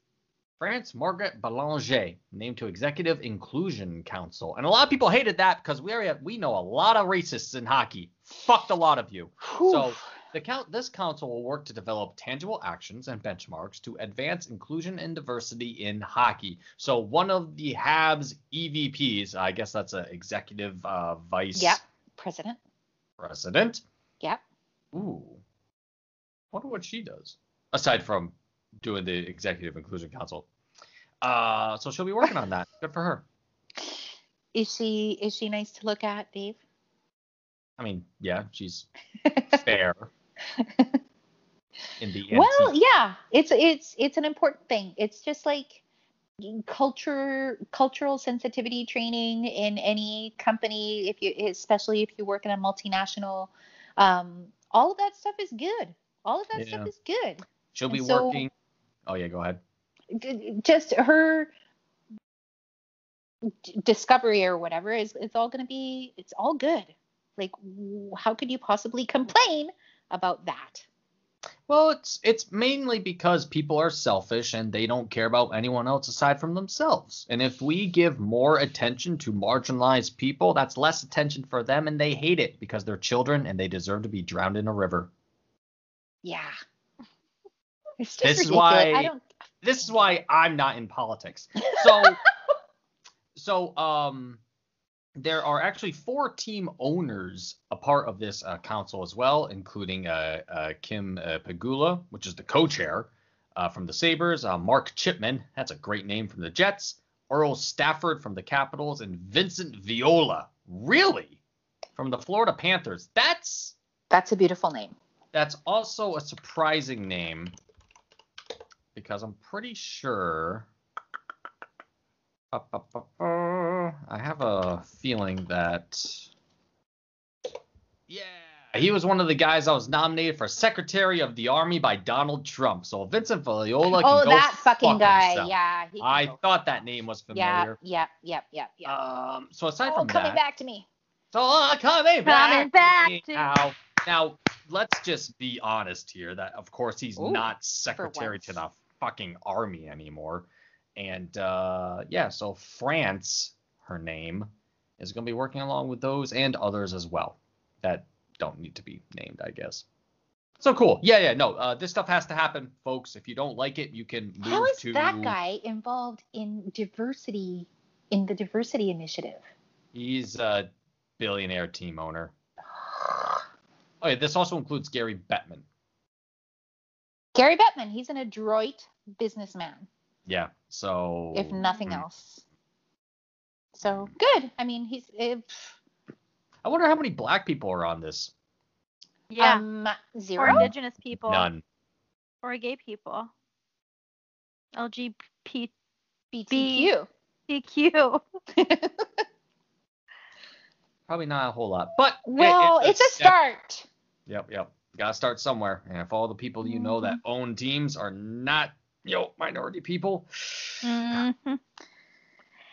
S2: France Margaret Belanger named to Executive Inclusion Council, and a lot of people hated that because we already have, we know a lot of racists in hockey. Fucked a lot of you. So the count this council will work to develop tangible actions and benchmarks to advance inclusion and diversity in hockey. So one of the Habs EVPs, I guess that's an executive uh, vice
S1: Yep. President.
S2: president.
S1: Yep.
S2: Ooh, wonder what she does aside from doing the executive inclusion council. Uh, so she'll be working on that. Good for her.
S1: Is she is she nice to look at, Dave?
S2: I mean, yeah, she's fair. in the
S1: Well, yeah, it's it's it's an important thing. It's just like culture cultural sensitivity training in any company if you especially if you work in a multinational um all of that stuff is good all of that
S2: Yeah.
S1: stuff is good
S2: She'll be
S1: And so-
S2: working. Oh yeah, go ahead.
S1: d- just her d- discovery or whatever is it's all going to be it's all good like w- how could you possibly complain about that
S2: Well, it's it's mainly because people are selfish and they don't care about anyone else aside from themselves. And if we give more attention to marginalized people, that's less attention for them and they hate it because they're children and they deserve to be drowned in a river.
S1: yeah it's just
S2: This is
S1: ridiculous.
S2: why-
S1: i don't
S2: This is why I'm not in politics. So so um there are actually four team owners a part of this uh, council as well, including uh, uh, Kim uh, Pagula, which is the co-chair uh, from the Sabers, uh, Mark Chipman, that's a great name from the Jets, Earl Stafford from the Capitals, and Vincent Viola, really, from the Florida Panthers. That's
S1: that's a beautiful name
S2: that's also a surprising name because I'm pretty sure. Ba, ba, ba, ba. I have a feeling that. Yeah, he was one of the guys I was nominated for Secretary of the Army by Donald Trump. So Vincent Viola. Can
S1: oh
S2: go
S1: that
S2: fuck
S1: fucking guy
S2: himself.
S1: yeah he can
S2: I
S1: go.
S2: thought that name was
S1: yeah
S2: familiar.
S1: yeah yeah yeah yeah
S2: Um, so aside
S1: oh
S2: from
S1: coming
S2: that,
S1: back to me
S2: so uh, coming back,
S3: Coming back
S2: to
S3: to-
S2: now. Now let's just be honest here. That of course he's
S1: Ooh,
S2: not secretary
S1: once.
S2: to the fucking army anymore. And uh, yeah, so France, her name, is going to be working along with those and others as well that don't need to be named, I guess. So cool. Yeah, yeah. No, uh, this stuff has to happen, folks. If you don't like it, you can move
S1: how is
S2: to
S1: that guy involved in diversity in the diversity initiative
S2: He's a billionaire team owner. Oh yeah, this also includes Gary Bettman.
S1: Gary Bettman, he's an adroit businessman,
S2: Yeah. So
S1: if nothing
S2: Mm.
S1: else. So good. I mean, he's eh, pff,
S2: I wonder how many black people are on this.
S3: Yeah.
S1: um,
S3: or
S1: zero.
S3: indigenous people.
S2: None.
S3: Or gay people. LGBTQ.
S1: BTQ.
S2: Probably not a whole lot. But it-
S1: Well, it's, a
S2: step.
S1: start.
S2: Yep, yep. Gotta start somewhere. And if all the people you know that
S1: Mm-hmm.
S2: own teams are not, you know, minority people,
S1: Mm.
S3: Mhm.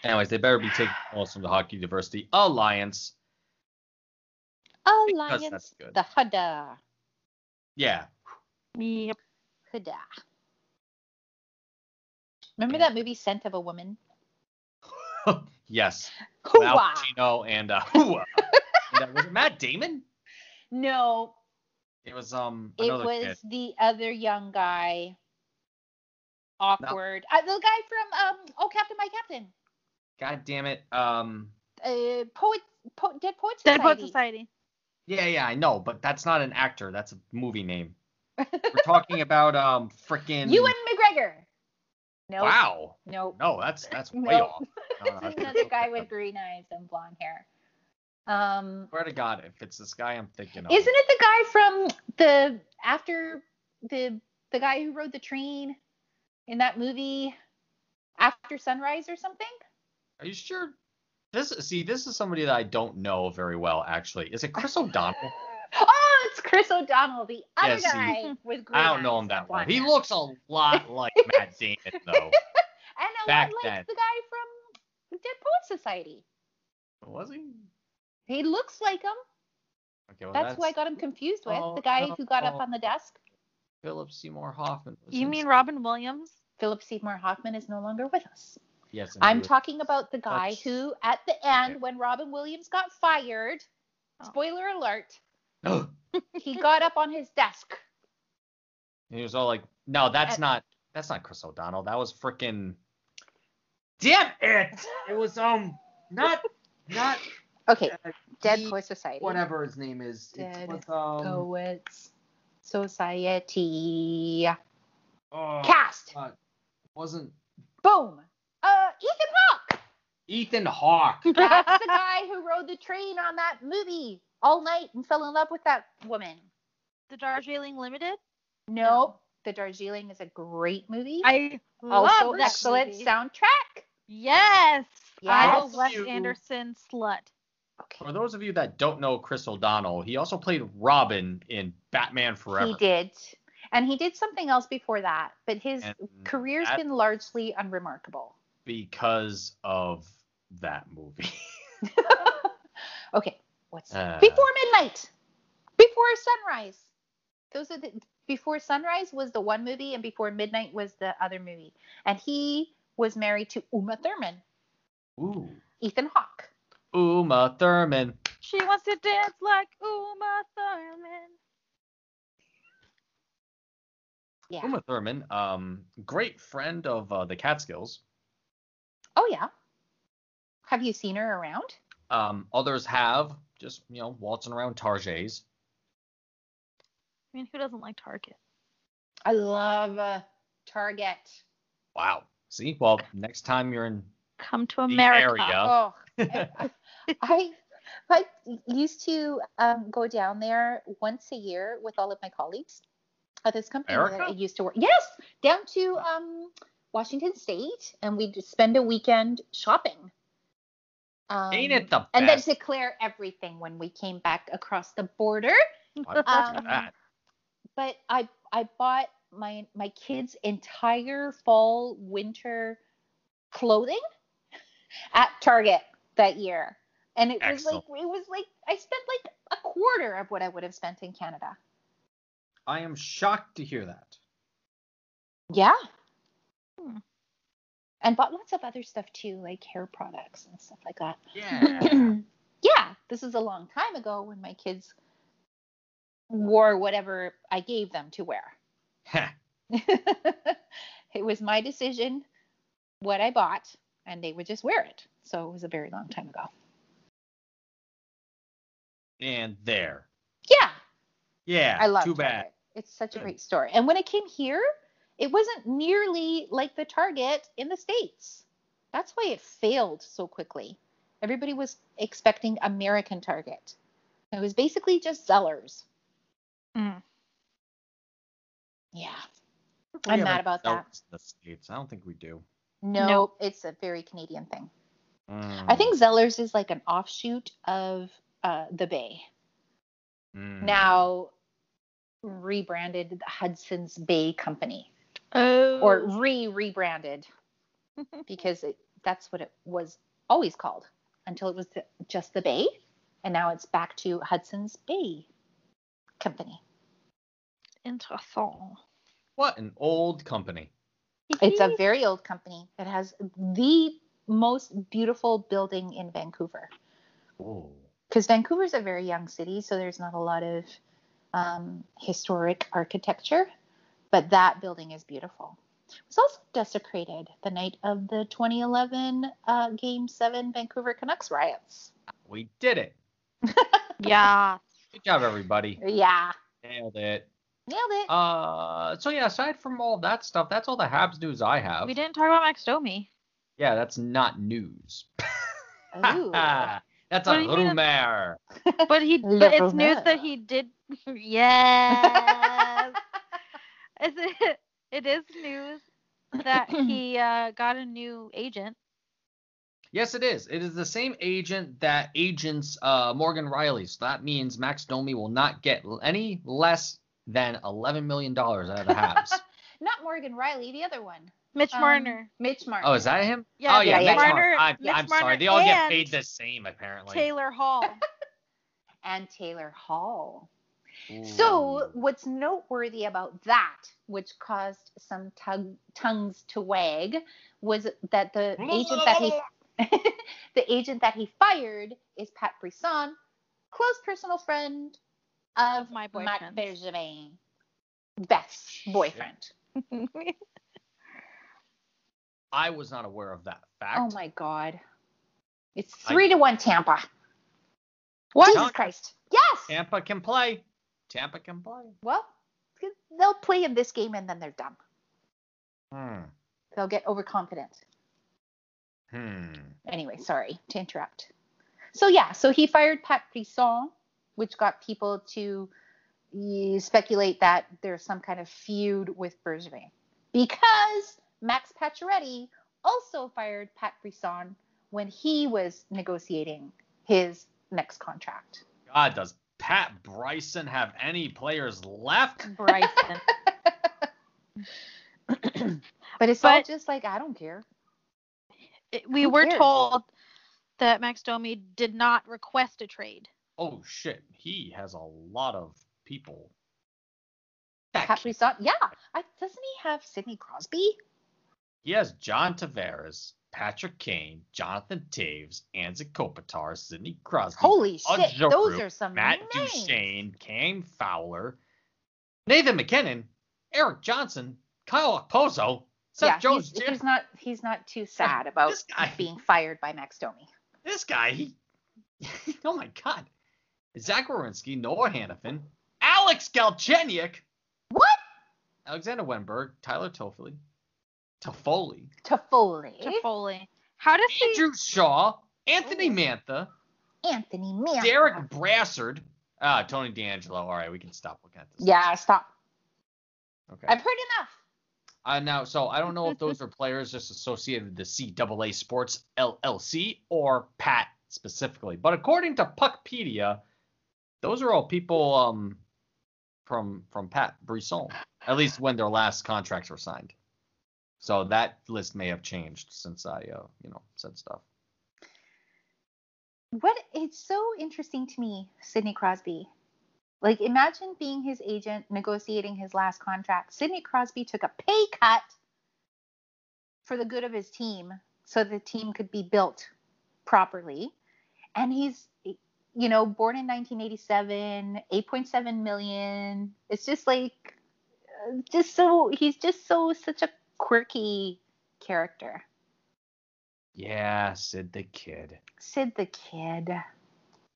S2: anyways, they better be taking calls from the Hockey Diversity Alliance. Because
S1: Alliance.
S2: that's good.
S1: The Huda.
S2: Yeah.
S3: Yep.
S1: Huda. Remember
S2: Yeah.
S1: that movie Scent of a Woman?
S2: Yes. With Al
S1: Hooah.
S2: Pacino and uh, hooah. And, uh, was it Matt Damon?
S1: No,
S2: It was um
S1: it
S2: another
S1: was
S2: kid.
S1: the other young guy. Awkward. Uh, the guy from um, Oh Captain, My Captain.
S2: God damn it. Um.
S1: uh, poet, po- Dead Poet Society.
S3: Dead Poet Society.
S2: Yeah, yeah, I know, but that's not an actor. That's a movie name. We're talking about um frickin'
S1: Ewan McGregor. No,
S2: Wow.
S1: no,
S2: No, that's that's way
S1: No.
S2: off. No, no,
S1: this is
S2: that's-
S1: another guy with green eyes and blonde hair. Um,
S2: Swear to God, if it's this guy I'm thinking of,
S1: isn't it the guy from the after the the guy who rode the train in that movie After Sunrise or something?
S2: Are you sure? This see, this is somebody that I don't know very well. Actually, is it Chris O'Donnell?
S1: Oh it's Chris O'Donnell, the other
S2: Yes, he-
S1: guy with green
S2: I don't know him
S1: eyes,
S2: that well.
S1: blonde
S2: He
S1: hair.
S2: looks a lot like Matt Damon, though.
S1: And a
S2: back
S1: lot like
S2: then.
S1: the guy from Dead Poet Society.
S2: Was he?
S1: He looks like him.
S2: Okay, well,
S1: That's,
S2: that's,
S1: who I got him confused with.
S2: Oh,
S1: the guy
S2: no.
S1: who got up on the desk.
S2: Philip Seymour Hoffman. was
S3: You
S2: his-
S3: mean Robin Williams?
S1: Philip Seymour Hoffman is no longer with us.
S2: Yes. and he
S1: I'm
S2: was-
S1: talking about the guy
S2: That's-
S1: who, at the end,
S2: Okay.
S1: when Robin Williams got fired,
S3: Oh.
S1: spoiler alert,
S2: Oh,
S1: he got up on his desk.
S2: he was all like, "No, that's
S1: And-
S2: not. That's not Chris O'Donnell. That was freaking. Damn it! It was um not not
S1: Okay,
S2: Uh,
S1: Dead
S2: he-
S1: Poet Society.
S2: whatever his name is.
S1: Dead
S2: it was um
S1: Poets Society.
S2: oh,
S1: Cast.
S2: God. wasn't
S1: Boom. Uh, Ethan Hawke.
S2: Ethan Hawke.
S1: That's the guy who rode the train on that movie all night and fell in love with that woman.
S3: The Darjeeling Limited?
S1: No, The Darjeeling is a great movie.
S3: I
S1: also
S3: love that
S1: excellent
S3: movie.
S1: soundtrack.
S3: Yes. I'm a
S1: Yes.
S3: Wes
S2: You-
S3: Anderson slut.
S2: For
S1: Okay.
S2: those of you that don't know Chris O'Donnell, he also played Robin in Batman Forever.
S1: He did. And he did something else before that, but his
S2: And
S1: career's
S2: that-
S1: been largely unremarkable.
S2: because of that movie.
S1: Okay, what's
S2: Uh,
S1: Before Midnight? Before Sunrise. Those are the Before Sunrise was the one movie and Before Midnight was the other movie. And he was married to Uma Thurman,
S2: Ooh.
S1: Ethan Hawke.
S2: Uma Thurman.
S3: She wants to dance like Uma Thurman.
S1: Yeah.
S2: Uma Thurman, um, great friend of uh, the Catskills.
S1: Oh yeah. Have you seen her around?
S2: Um, others have just you know waltzing around Tarjays.
S3: I mean, who doesn't like Target?
S1: I love uh, Target.
S2: Wow. See, well, next time you're in
S3: Come to
S2: The
S3: America.
S2: area.
S1: Oh, I I like, used to um, go down there once a year with all of my colleagues at this company that I
S2: America?
S1: used to work. Yes, down to um, Washington State, and we'd spend a weekend shopping. Um,
S2: ain't it the best?
S1: and then declare everything when we came back across the border.
S2: Why would you do
S1: um,
S2: that?
S1: but I I bought my my kids entire fall winter clothing at Target that year. And it was like it was like I spent like a quarter of what I would have spent in Canada.
S2: I am shocked to hear that.
S1: Yeah.
S3: Hmm.
S1: And bought lots of other stuff too, like hair products and stuff like that.
S2: Yeah.
S1: yeah, this is a long time ago when my kids wore whatever I gave them to wear.
S2: Heh.
S1: it was my decision what I bought, and they would just wear it. So it was a very long time ago.
S2: and there.
S1: Yeah,
S2: Yeah.
S1: I love
S2: Too
S1: Target.
S2: bad.
S1: It's such a
S2: Good.
S1: great store. And when it came here, it wasn't nearly like the Target in the States. That's why it failed so quickly. Everybody was expecting American Target. It was basically just Zellers.
S3: Mm.
S1: Yeah.
S2: We
S1: I'm
S2: have
S1: mad
S2: a
S1: about that.
S2: Zelda's in the states. I don't think we do.
S1: No,
S3: Nope.
S1: it's a very Canadian thing. I
S2: Mm,
S1: think Zellers is like an offshoot of uh, the Bay.
S2: mm.
S1: Now rebranded the Hudson's Bay Company
S3: Oh.
S1: or re rebranded because it, that's what it was always called until it was the, just the Bay. And now it's back to Hudson's Bay Company.
S3: Interessant.
S2: what an old company.
S1: It's a very old company. It has the most beautiful building in Vancouver.
S2: Oh.
S1: because Vancouver's a very young city, so there's not a lot of um, historic architecture, but that building is beautiful. It was also desecrated the night of the 2011 uh, Game 7 Vancouver Canucks riots.
S2: We did it.
S3: yeah.
S2: Good job, everybody.
S1: Yeah,
S2: Nailed it.
S1: nailed it.
S2: Uh, so yeah, aside from all that stuff, that's all the Habs news I have.
S3: We didn't talk about Max Domi.
S2: Yeah, that's not news. Ah.
S1: Ooh.
S2: that's
S3: What
S2: a
S3: do you mean
S2: rumor.
S3: But he
S1: Le
S3: but it's news
S1: Bonheur.
S3: that he did Yes. It's- it is news that he uh, got a new agent.
S2: Yes, it is. It is the same agent that agents uh, Morgan Riley. So that means Max Domi will not get any less than $11 million out of the Habs.
S1: Not Morgan Riley, the other one.
S3: Mitch
S1: Um,
S3: Marner.
S1: Mitch Marner.
S2: oh, is that him?
S3: Yeah,
S2: oh, yeah.
S1: Mitch
S2: Mitch
S1: Marner-
S2: Marner. I'm,
S3: Mitch
S2: I'm
S3: Marner
S2: sorry. They all get
S3: and
S2: paid the same, apparently.
S3: Taylor Hall.
S1: And Taylor Hall.
S2: Ooh. Mm.
S1: So, what's noteworthy about that, which caused some tug- tongues to wag, was that the agent that he the agent that he fired is Pat Brisson, close personal friend of,
S3: Of my
S1: Matt
S3: boyfriend.
S1: Bergevin, Beth's boyfriend.
S2: I was not aware of that fact.
S1: Oh my God, it's
S2: I-
S1: three to one Tampa. What? Jesus
S2: Don't-
S1: Christ! Yes.
S2: Tampa can play. Tampa can play.
S1: Well, they'll play in this game and then they're done.
S2: Hmm.
S1: They'll get overconfident.
S2: Hmm.
S1: anyway, sorry to interrupt. So yeah, so he fired Pat Brisson, which got people to eh, speculate that there's some kind of feud with Bergevin because Max Pacioretty also fired Pat Brisson when he was negotiating his next contract.
S2: God, does Pat Bryson have any players left?
S3: Bryson.
S1: But it's all
S3: But-
S1: just like I don't care.
S3: It- we
S1: Who
S3: were
S1: cares?
S3: told that Max Domi did not request a trade.
S2: Oh shit, he has a lot of people.
S1: Pat Brisson, yeah, I, doesn't he have Sidney Crosby?
S2: He has John Tavares, Patrick Kane, Jonathan Taves, Anza Kopitar, Sidney Crosby,
S1: Holy
S2: Claude
S1: shit, those
S2: Giroux,
S1: are some
S2: Matt
S1: names.
S2: Duchene, Cam Fowler, Nathan McKinnon, Eric Johnson, Kyle Pozo, Seth Jones.
S1: he's,
S2: Jim-
S1: he's not he's not too sad about
S2: this guy.
S1: being fired by Max Domi.
S2: This guy, he, oh my god, Zach Wierenski, Noah Hannafin, Alex Galchenyuk,
S1: What?
S2: Alexander Wenberg, Tyler Toffoli, Toffoli,
S1: Toffoli,
S3: Foley. How does he?
S2: Andrew Shaw, Anthony Mantha,
S1: Anthony Mantha.
S2: Derek Brassard, ah, Tony D'Angelo. All right, we can stop looking at this.
S1: Yeah, stop.
S2: Okay.
S1: I've heard enough.
S2: Uh, now, so I don't know if those are players just associated with the CAA Sports LLC or Pat specifically, but according to Puckpedia, those are all people um, from from Pat Brisson, at least when their last contracts were signed. So that list may have changed since I, uh, you know, said stuff.
S1: What it's so interesting to me, Sidney Crosby. Like imagine being his agent negotiating his last contract. Sidney Crosby took a pay cut for the good of his team so the team could be built properly. And he's you know, born in 1987, 8.7 million. It's just like uh, just so he's just so such a quirky character.
S2: Yeah, Sid the Kid,
S1: Sid the kid.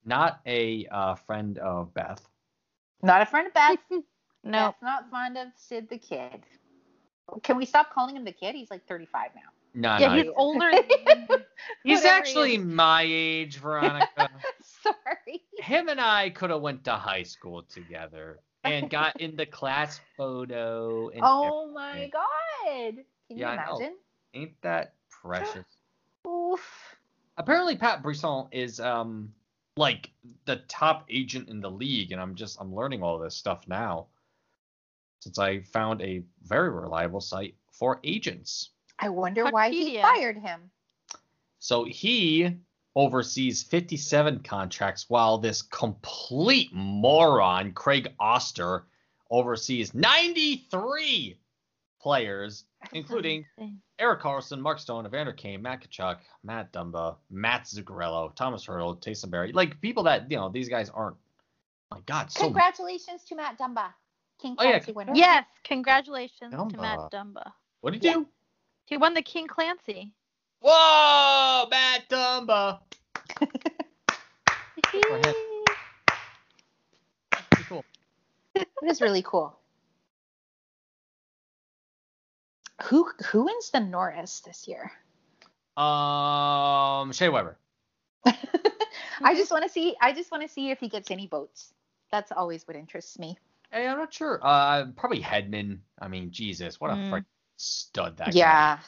S2: not a uh, friend of Beth.
S1: Not a friend of Beth.
S3: No.
S1: That's not fond of Sid the kid. Can we stop calling him the kid? He's like 35 now.
S2: No,
S3: Yeah,
S2: no,
S3: he's
S2: he's,
S3: older. Than,
S2: he's
S1: whatever he
S2: actually my age, Veronica.
S1: Sorry.
S2: him and I could have went to high school together and got in the class photo. And
S1: Oh my
S2: everything.
S1: god. Can
S2: Yeah, I
S1: you
S2: know.
S1: imagine?
S2: ain't that precious?
S1: Oof.
S2: Apparently, Pat Brisson is um like the top agent in the league, and I'm just I'm learning all this stuff now since I found a very reliable site for agents.
S1: I wonder why he
S3: Wikipedia.
S1: fired him.
S2: So he oversees 57 contracts, while this complete moron, Craig Oster, oversees 93 players, including Eric Carlson, Mark Stone, Evander Kane, Matt Kachuk, Matt Dumba, Matt Zuccarello, Thomas Hurdle, Taysom Berry. Like people that, you know, these guys aren't, Oh my God, so
S1: Congratulations to Matt Dumba. King
S2: Oh, yeah.
S1: Clancy winner.
S3: yes. Congratulations to
S2: Dumba.
S3: Matt Dumba.
S2: What did you do?
S3: He won the King Clancy.
S2: Whoa, Matt Dumba. for him. Pretty cool.
S1: It is really cool. Who who wins the Norris this year?
S2: Um, Shea Weber.
S1: I just want to see I just want to see if he gets any votes. That's always what interests me.
S2: Hey, I'm not sure. Uh, probably Hedman. I mean, Jesus, what a
S3: Mm.
S2: freaking stud that guy.
S1: yeah.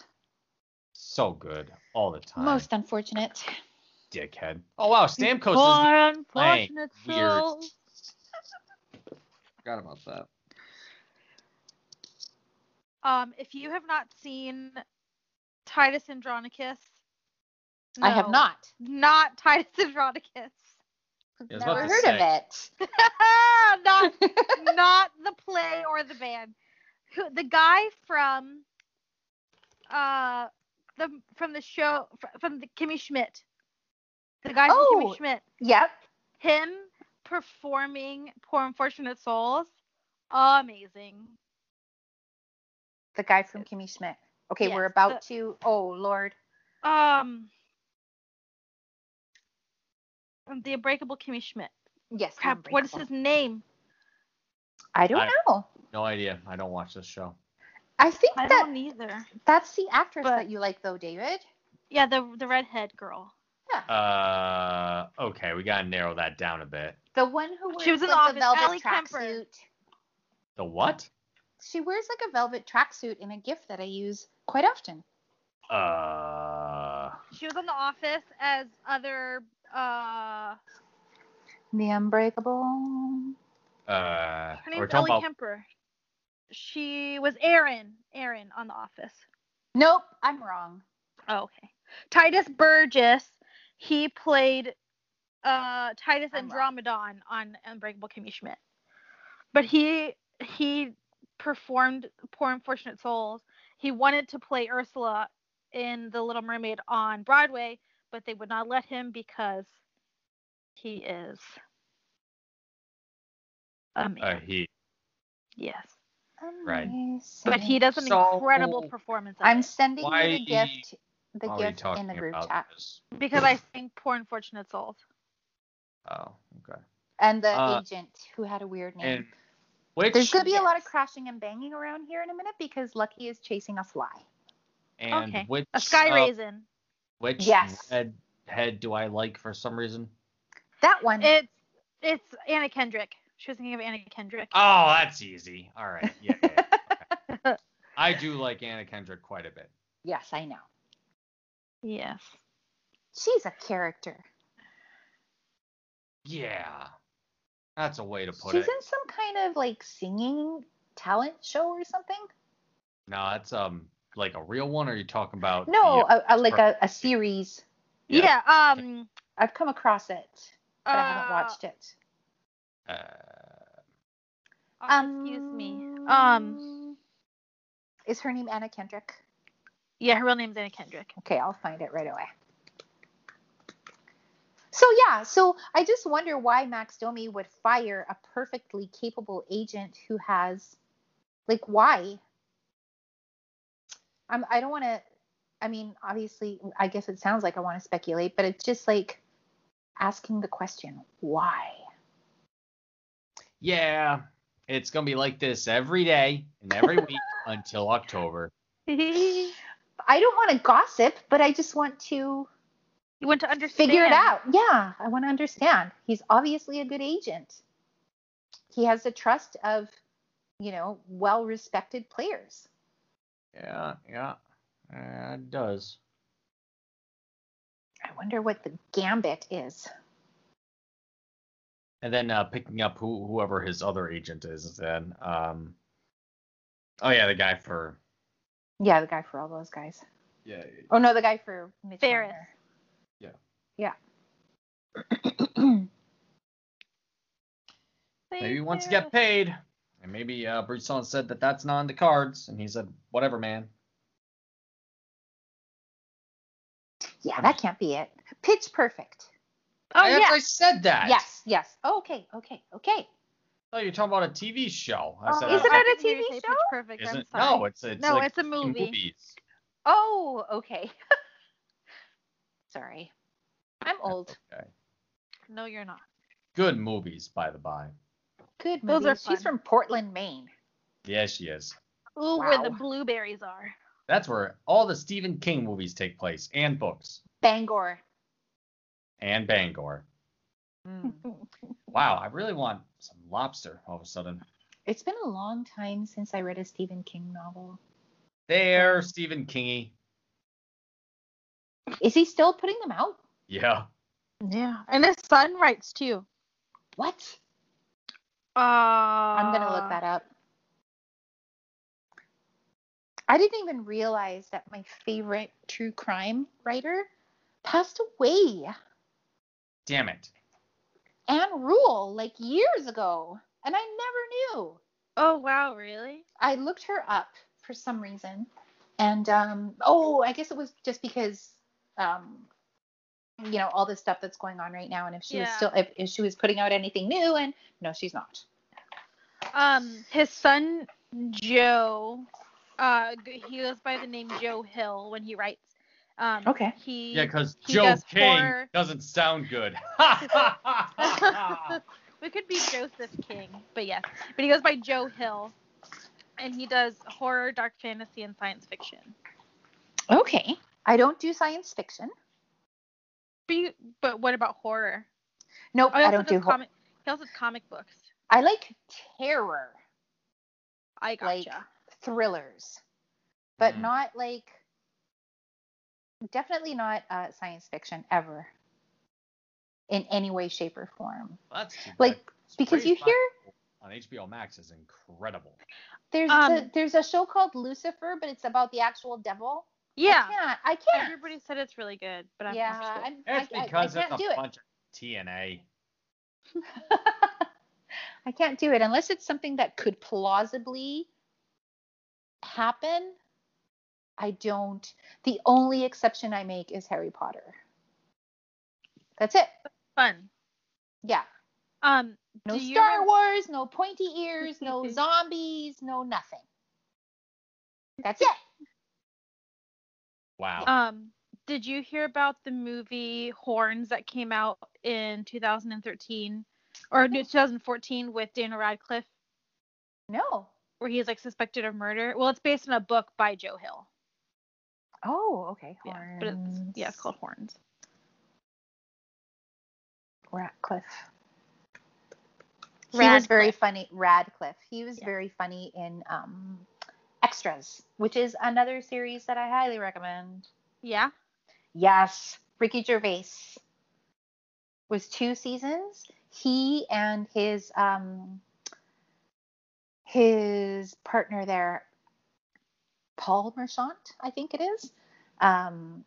S2: So good all the time.
S1: Most unfortunate.
S2: dickhead. Oh wow, Stamkos is
S3: Poor
S2: playing
S3: unfortunate
S2: weird.
S3: soul.
S2: forgot about that.
S3: Um, if you have not seen Titus Andronicus,
S1: I have
S3: no,
S1: not.
S3: Not Titus Andronicus.
S2: Yeah, I was about
S1: Never
S2: to
S1: heard of it.
S3: not not the play or the band. Who the guy from uh the from the show fr- from the Kimmy Schmidt. The guy from
S1: Oh.
S3: Kimmy Schmidt.
S1: Yep.
S3: Him performing Poor Unfortunate Souls. Amazing.
S1: The guy from Kimmy Schmidt. Okay, we're
S3: Yes,
S1: about to. Oh Lord.
S3: Um the unbreakable Kimmy Schmidt.
S1: Yes.
S3: Crap, what is
S1: Unbreakable.
S3: his name?
S1: I don't
S2: I-
S1: know.
S2: No idea. I don't watch this show.
S1: I think
S3: I
S1: that
S3: don't either.
S1: that's the actress
S3: but-
S1: that you like though, David.
S3: Yeah, the the redhead girl.
S2: Uh, okay, we gotta narrow that down a bit.
S1: The one who wears
S3: She was in
S1: like,
S3: the
S1: the
S3: office. Ally
S1: velvet
S3: Kemper.
S1: tracksuit.
S2: The what?
S1: She wears like a velvet tracksuit in a gift that I use quite often.
S2: Uh,
S3: She was on The Office as other. Uh,
S1: The Unbreakable.
S2: uh.
S3: her
S2: We're
S3: name's Ellie
S2: talking about.
S3: Kemper. She was Erin. Erin on The Office.
S1: Nope, I'm wrong.
S3: Oh, okay. Titus Burgess. He played uh, Titus
S1: I'm
S3: Andromedon on Unbreakable Kimmy Schmidt. But he he performed Poor Unfortunate Souls. He wanted to play Ursula in The Little Mermaid on Broadway, but they would not let him because he is a man.
S2: Uh, he.
S3: Yes.
S2: Right.
S3: But he does an
S2: So-
S3: incredible performance. of
S1: I'm
S3: it
S1: sending
S2: Why-
S1: you the gift. The
S2: Why are you
S1: gift
S2: talking
S1: in the group
S2: about
S1: chat.
S2: this?
S3: because I think Poor Unfortunate Souls.
S2: Oh, okay.
S1: And the
S2: Uh,
S1: agent who had a weird name.
S2: And which
S1: There's going to be
S3: yes.
S1: a lot of crashing and banging around here in a minute because Lucky is chasing a fly.
S2: and
S3: okay.
S2: which
S3: A Sky
S2: uh,
S3: Raisin.
S2: which
S1: Yes.
S2: red head do I like for some reason?
S1: That one.
S3: It's it's Anna Kendrick. She was thinking of Anna Kendrick.
S2: Oh, that's easy. All right. Yeah. yeah, yeah. Okay. I do like Anna Kendrick quite a bit.
S1: yes, I know.
S3: Yes.
S1: She's a character.
S2: Yeah. That's a way to put
S1: She's
S2: it.
S1: in some kind of like singing talent show or something.
S2: No, that's um like a real one. Or are you talking about?
S1: No,
S2: the-
S1: a, a, like a, a series.
S3: Yeah.
S2: Yeah.
S3: um.
S1: I've come across it, but I haven't
S3: uh,
S1: watched it.
S2: uh,
S3: oh, excuse me. Um.
S1: is her name Anna Kendrick?
S3: Yeah, her real name's Anna Kendrick.
S1: Okay, I'll find it right away. So yeah, so I just wonder why Max Domi would fire a perfectly capable agent who has, like, why? I'm. I don't want to. I mean, obviously, I guess it sounds like I want to speculate, but it's just like asking the question, why?
S2: yeah. It's gonna be like this every day and every week until October.
S3: you
S1: I don't want to gossip, but I just want to
S3: want to understand.
S1: figure it out. Yeah, I want to understand. He's obviously a good agent. He has the trust of, you know, well-respected players.
S2: Yeah, yeah. Uh, it does.
S1: I wonder what the gambit is.
S2: And then uh, picking up who whoever his other agent is. Then um. Oh yeah, the guy for.
S1: Yeah, the guy for all those guys.
S2: Yeah.
S1: Oh no, the guy for Mitch
S3: Ferris.
S2: Yeah.
S1: Marner. Yeah.
S2: Maybe he wants to get paid. And maybe uh, Brisson said that that's not in the cards, and he said, "Whatever, man."
S1: yeah, that can't be it. Pitch perfect.
S3: Oh
S2: I
S3: yeah.
S2: actually said that.
S1: Yes, yes. Okay, okay, okay.
S2: Oh, you're talking about a TV show. I
S1: Oh,
S2: said,
S1: is
S2: I-
S1: it a
S3: I didn't hear you
S1: TV
S3: say
S1: show?
S3: Pitch Perfect.
S2: Is
S3: I'm
S2: it-
S3: sorry.
S2: No, it's it's
S3: No,
S2: like
S3: it's a movie.
S2: Movies.
S1: Oh, okay. Sorry. I'm old.
S2: Okay.
S3: No, you're not.
S2: Good movies, by the by.
S1: Good
S3: Those
S1: movies.
S3: are
S1: She's
S3: fun.
S1: from Portland, Maine.
S2: Yeah, she is.
S3: Ooh, where the
S1: Wow.
S3: blueberries are.
S2: That's where all the Stephen King movies take place, and books,
S1: Bangor.
S2: and Bangor.
S1: Mm.
S2: Wow, I really want some lobster all of a sudden.
S1: It's been a long time since I read a Stephen King novel.
S2: There, Stephen Kingy.
S1: Is he still putting them out?
S2: Yeah.
S3: Yeah. And his son writes too.
S1: What?
S3: Uh,
S1: I'm
S3: I'm
S1: gonna look that up. I didn't even realize that my favorite true crime writer passed away.
S2: Damn it.
S1: Anne Rule, like years ago, and I never knew.
S3: Oh wow, really?
S1: I looked her up for some reason, and um, oh, I guess it was just because, um, you know, all this stuff that's going on right now, and if she was
S3: Yeah.
S1: still, if, if she was putting out anything new, and no, she's not.
S3: Um, his son Joe, uh, g- he goes by the name Joe Hill when he writes. Um,
S1: Okay.
S3: He.
S2: Yeah, because
S3: He
S2: Joe
S3: does
S2: King
S3: horror.
S2: doesn't sound good.
S3: we could be Joseph King, but yes, but he goes by Joe Hill, and he does horror, dark fantasy, and science fiction.
S1: Okay. I don't do science fiction.
S3: But, you, but what about horror? Oh,
S1: Nope,
S3: he
S1: I
S3: also
S1: don't do.
S3: does
S1: hor-
S3: comic. He also does comic books.
S1: I like terror
S3: I gotcha.
S1: Like- thrillers, but
S2: Mm.
S1: not like definitely not uh, science fiction ever in any way, shape, or form.
S2: That's too bad.
S1: Like, because
S2: Raised
S1: you
S2: by
S1: hear
S2: on HBO Max is incredible.
S1: there's
S3: Um,
S1: a, there's a show called Lucifer, but it's about the actual devil.
S3: yeah.
S1: I can't. I can't.
S3: Everybody said it's really good, but I'm
S1: yeah,
S3: interested.
S1: I'm,
S2: It's
S1: I, I-
S2: because
S1: I, can't
S2: it's
S1: do
S2: a
S1: it.
S2: bunch of TNA.
S1: I can't do it unless it's something that could plausibly happen. I don't. The only exception I make is Harry Potter. That's it.
S3: fun.
S1: Yeah.
S3: Um,
S1: No
S3: Do you
S1: Star
S3: rem-
S1: Wars, no pointy ears, no zombies, no nothing. That's it.
S2: Wow.
S3: um, did you hear about the movie Horns that came out in 2013 or no, 2014 with Daniel Radcliffe,
S1: No.
S3: where he's like suspected of murder? Well, it's based on a book by Joe Hill.
S1: Oh, okay.
S3: Yeah, but it's yeah, it's called Horns.
S1: Ratcliffe. He was
S3: Radcliffe.
S1: very funny. Radcliffe. He was
S3: Yeah.
S1: very funny in um, Extras, which is another series that I highly recommend.
S3: Yeah.
S1: Yes, Ricky Gervais was two seasons. He and his um, his partner there, Paul Merchant, I think it is, um,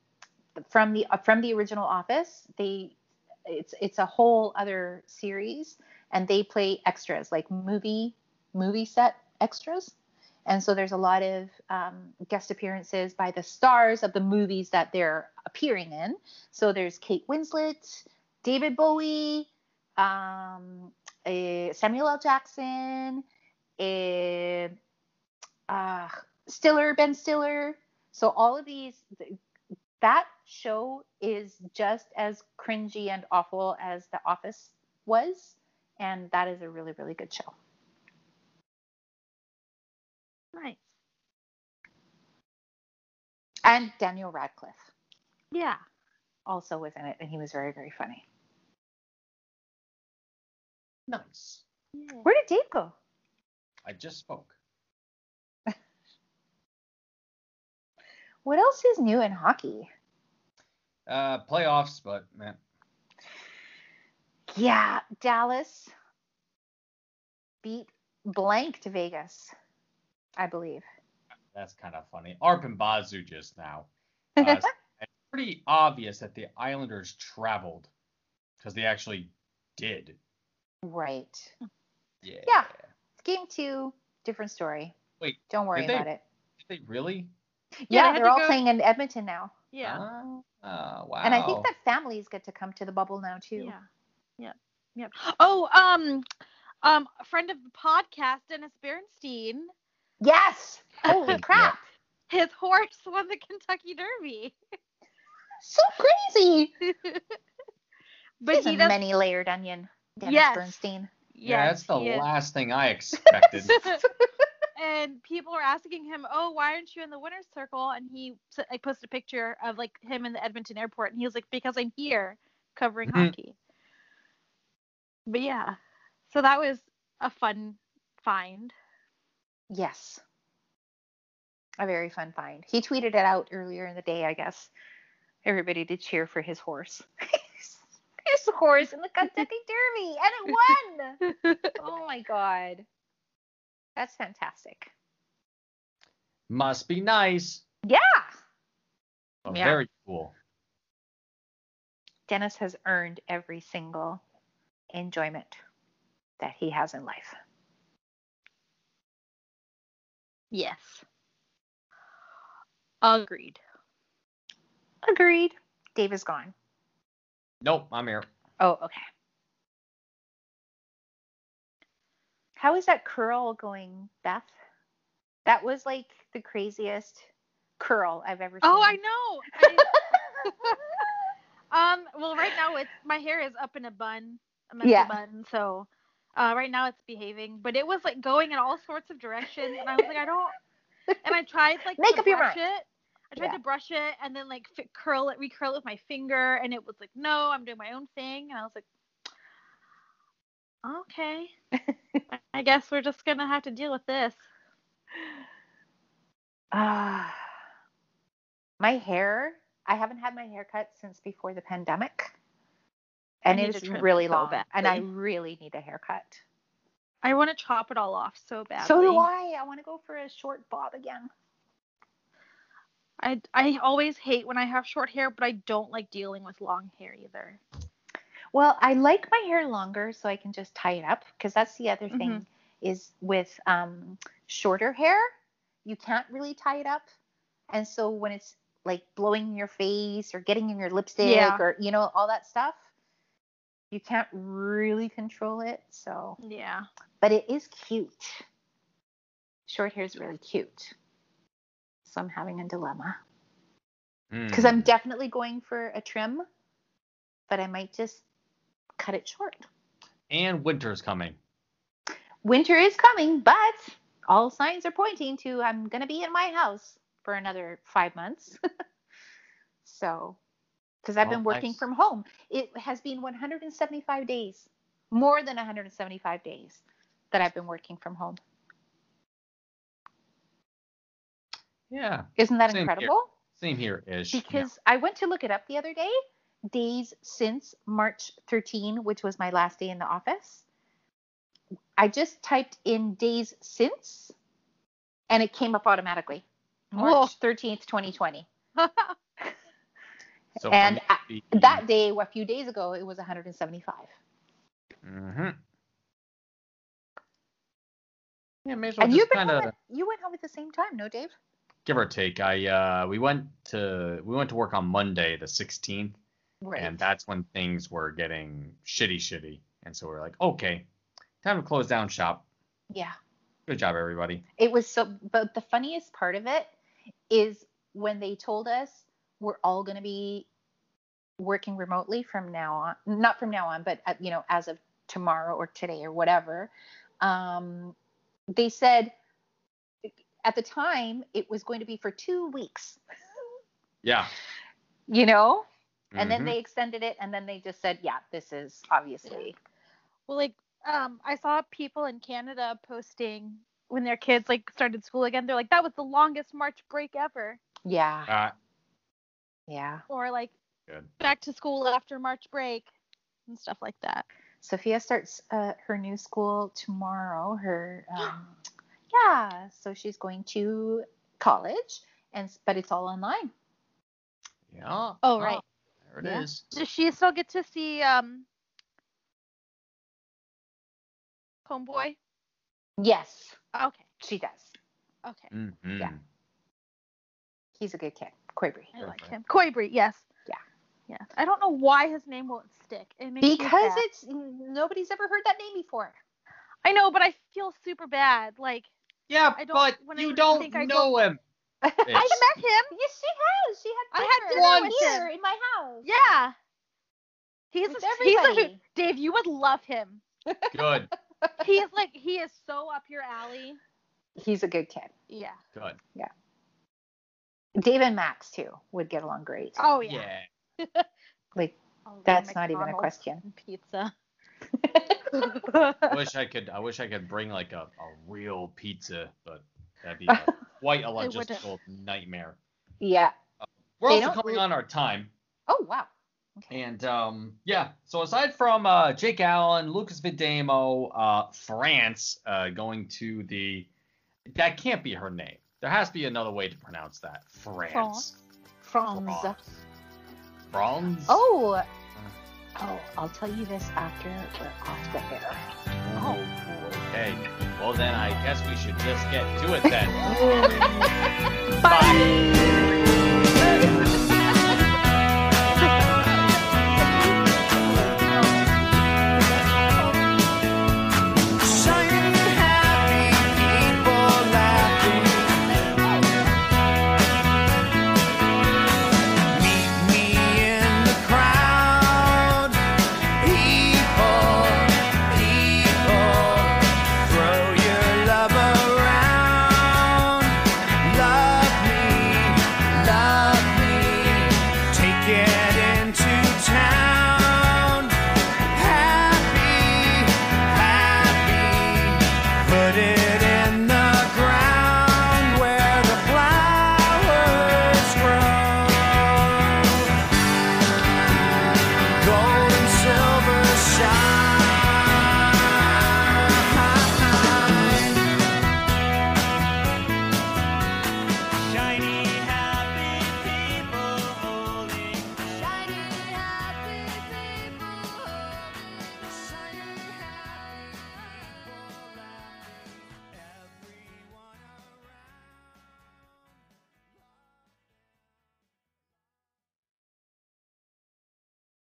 S1: from the from the original Office. They it's it's a whole other series, and they play extras like movie movie set extras. And so there's a lot of um, guest appearances by the stars of the movies that they're appearing in. So there's Kate Winslet, David Bowie, um, eh, Samuel L. Jackson, eh, uh, Stiller, Ben Stiller. So all of these, th- that show is just as cringy and awful as The Office was. And that is a really, really good show.
S3: Nice.
S1: And Daniel Radcliffe
S3: Yeah.
S1: also was in it, and he was very, very funny.
S2: nice. Uh,
S1: Where did Dave go?
S2: I just spoke.
S1: What else is new in hockey?
S2: Uh, playoffs, but man,
S1: Yeah, Dallas beat blank to Vegas, I believe.
S2: that's kind of funny. Arp and Bazu just now. Uh, it's pretty obvious that the Islanders traveled because they actually did.
S1: Right.
S2: Yeah.
S1: Game two, different story.
S2: Wait,
S1: Don't worry
S2: did they-
S1: about it.
S2: Did they really?
S3: Yeah,
S1: Yeah,
S3: they had
S1: they are
S3: to
S1: all
S3: go-
S1: playing in Edmonton now.
S3: Yeah.
S2: Oh, oh, wow.
S1: And I think that families get to come to the bubble now, too.
S3: Yeah. Yep. Yep. Oh, um, um, a friend of the podcast, Dennis Bernstein,
S1: Yes. Holy crap.
S3: his horse won the Kentucky Derby.
S1: So crazy.
S3: But
S1: He's
S3: he
S1: a
S3: does.
S1: many layered onion. Dennis
S3: Yes.
S1: Bernstein.
S2: Yeah, that's the
S3: he is.
S2: last thing I expected.
S3: and people were asking him, "Oh, why aren't you in the winner's circle?" And he s- like posted a picture of like him in the Edmonton airport, and he was like, "Because I'm here covering
S2: Mhm.
S3: hockey." But yeah, so that was a fun find.
S1: Yes. A very fun find. He tweeted it out earlier in the day, I guess. everybody to cheer for his horse. his horse in the Kentucky Derby, and it won. oh my god, that's fantastic.
S2: Must be nice.
S1: Yeah,
S2: but
S1: Yeah.
S2: Very cool.
S1: Dennis has earned every single enjoyment that he has in life.
S3: Yes. Agreed.
S1: Agreed. Dave is gone.
S2: Nope, I'm here.
S1: Oh, okay. How is that curl going, Beth? That was like the craziest curl I've ever seen.
S3: Oh, I know. I- um. Well, right now it's my hair is up in a bun, a messy
S1: Yeah.
S3: bun. So, uh, right now it's behaving, but it was like going in all sorts of directions, and I was like, I don't. And I tried like
S1: Make
S3: to
S1: up your
S3: brush
S1: mind.
S3: it. I tried
S1: Yeah.
S3: to brush it and then like fi- curl it, recurl it with my finger, and it was like, no, I'm doing my own thing, and I was like, okay, I guess we're just gonna have to deal with this.
S1: Ah. my hair. I haven't had my hair cut since before the pandemic.
S3: I
S1: And
S3: need
S1: it
S3: to
S1: is
S3: trim it
S1: really
S3: so
S1: long. And I
S3: badly.
S1: really need a haircut.
S3: I want to chop it all off so badly.
S1: So do I. I want to go for a short bob again.
S3: I I always hate when I have short hair, but I don't like dealing with long hair either.
S1: Well, I like my hair longer so I can just tie it up because that's the other thing is with um, shorter hair, you can't really tie it up. And so when it's like blowing in your face or getting in your lipstick
S3: Yeah.
S1: or, you know, all that stuff, you can't really control it. So,
S3: Yeah.
S1: but it is cute. Short hair is really cute. So I'm having a dilemma because I'm
S2: Mm.
S1: definitely going for a trim, but I might just cut it short.
S2: and winter's coming.
S1: winter is coming, but all signs are pointing to I'm going to be in my house for another five months. so, because I've been
S2: Well,
S1: working
S2: Oh, nice.
S1: from home, it has been 175 days, more than 175 days that I've been working from home.
S2: Yeah,
S1: Isn't that
S2: Same here.
S1: incredible?
S2: same here ish.
S1: Because I went to look it up the other day, days since March 13, which was my last day in the office. I just typed in days since and it came up automatically. March
S3: Whoa.
S1: 13th, 2020.
S2: so
S1: and I- That day, a few days ago, it was 175.
S2: hmm Yeah, may as well
S1: And you've
S2: just
S1: been
S2: kind
S1: home
S2: of
S1: at, you went home at the same time, no, Dave?
S2: give or take. I uh, we went to we went to work on Monday the 16th,
S1: Right.
S2: and that's when things were getting shitty, shitty. And so we are like, okay, time to close down shop.
S1: yeah.
S2: Good job, everybody.
S1: It was so, but the funniest part of it is when they told us we're all going to be working remotely from now on, not from now on, but uh, you know, as of tomorrow or today or whatever. Um, they said at the time it was going to be for two weeks,
S2: Yeah.
S1: you know, and then
S2: Mhm.
S1: they extended it, and then they just said, yeah, this is obviously
S3: Well, like um, I saw people in Canada posting when their kids like started school again. They're like, that was the longest March break ever,
S1: yeah,
S2: Uh,
S1: yeah.
S3: or like
S2: Good.
S3: back to school after March break and stuff like that.
S1: Sophia starts uh, her new school tomorrow. Her um, yeah, so she's going to college, and but it's all online.
S2: yeah.
S3: Oh, right.
S2: There it is.
S1: Yeah.
S3: Does she still get to see um, homeboy?
S1: Yes,
S3: Okay.
S1: she does.
S3: Okay.
S2: Mhm.
S1: Yeah. He's a good kid, Quavery.
S3: I like
S2: Perfect.
S3: him. Coibri, yes.
S1: Yeah.
S3: Yes. I don't know why his name won't stick. It makes me
S1: Because
S3: sad.
S1: it's nobody's ever heard that name before.
S3: I know, but I feel super bad. Like
S2: Yeah,
S3: I don't-
S2: but
S3: when I
S2: you
S3: would
S2: don't
S3: think I
S2: know him.
S3: I
S2: Bitch.
S3: met him.
S1: Yes, she has. She had.
S3: I had
S1: dinner
S3: dinner
S1: with
S3: with him.
S1: here in my house.
S3: Yeah. He's
S1: With
S3: a, he's a
S1: everybody.
S3: Dave. You would love him.
S2: Good.
S3: He's like he is so up your alley.
S1: He's a good kid.
S3: Yeah.
S2: Good.
S1: Dave and Max too would get along great.
S3: Oh yeah.
S1: Like
S3: Oh,
S1: that's
S3: yeah,
S1: not even a
S3: McDonald's
S1: question.
S3: and Pizza.
S2: I wish I could. I wish I could bring like a, a real pizza, but that'd be like, quite a
S3: wouldn't.
S2: logistical nightmare.
S1: Yeah.
S2: We're
S1: They
S2: also
S1: don't
S2: coming
S1: lose-
S2: on our time.
S1: Oh wow.
S2: And um, yeah, so aside from uh, Jake Allen, Lucas Vidamo, uh, France uh, going to the. That can't be her name. There has to be another way to pronounce that. France.
S1: Franz.
S2: France.
S1: Oh. Oh, I'll tell you this after we're off the air.
S2: Ooh, Okay. Well, then I guess we should just get to it then.
S3: Bye.
S2: Bye.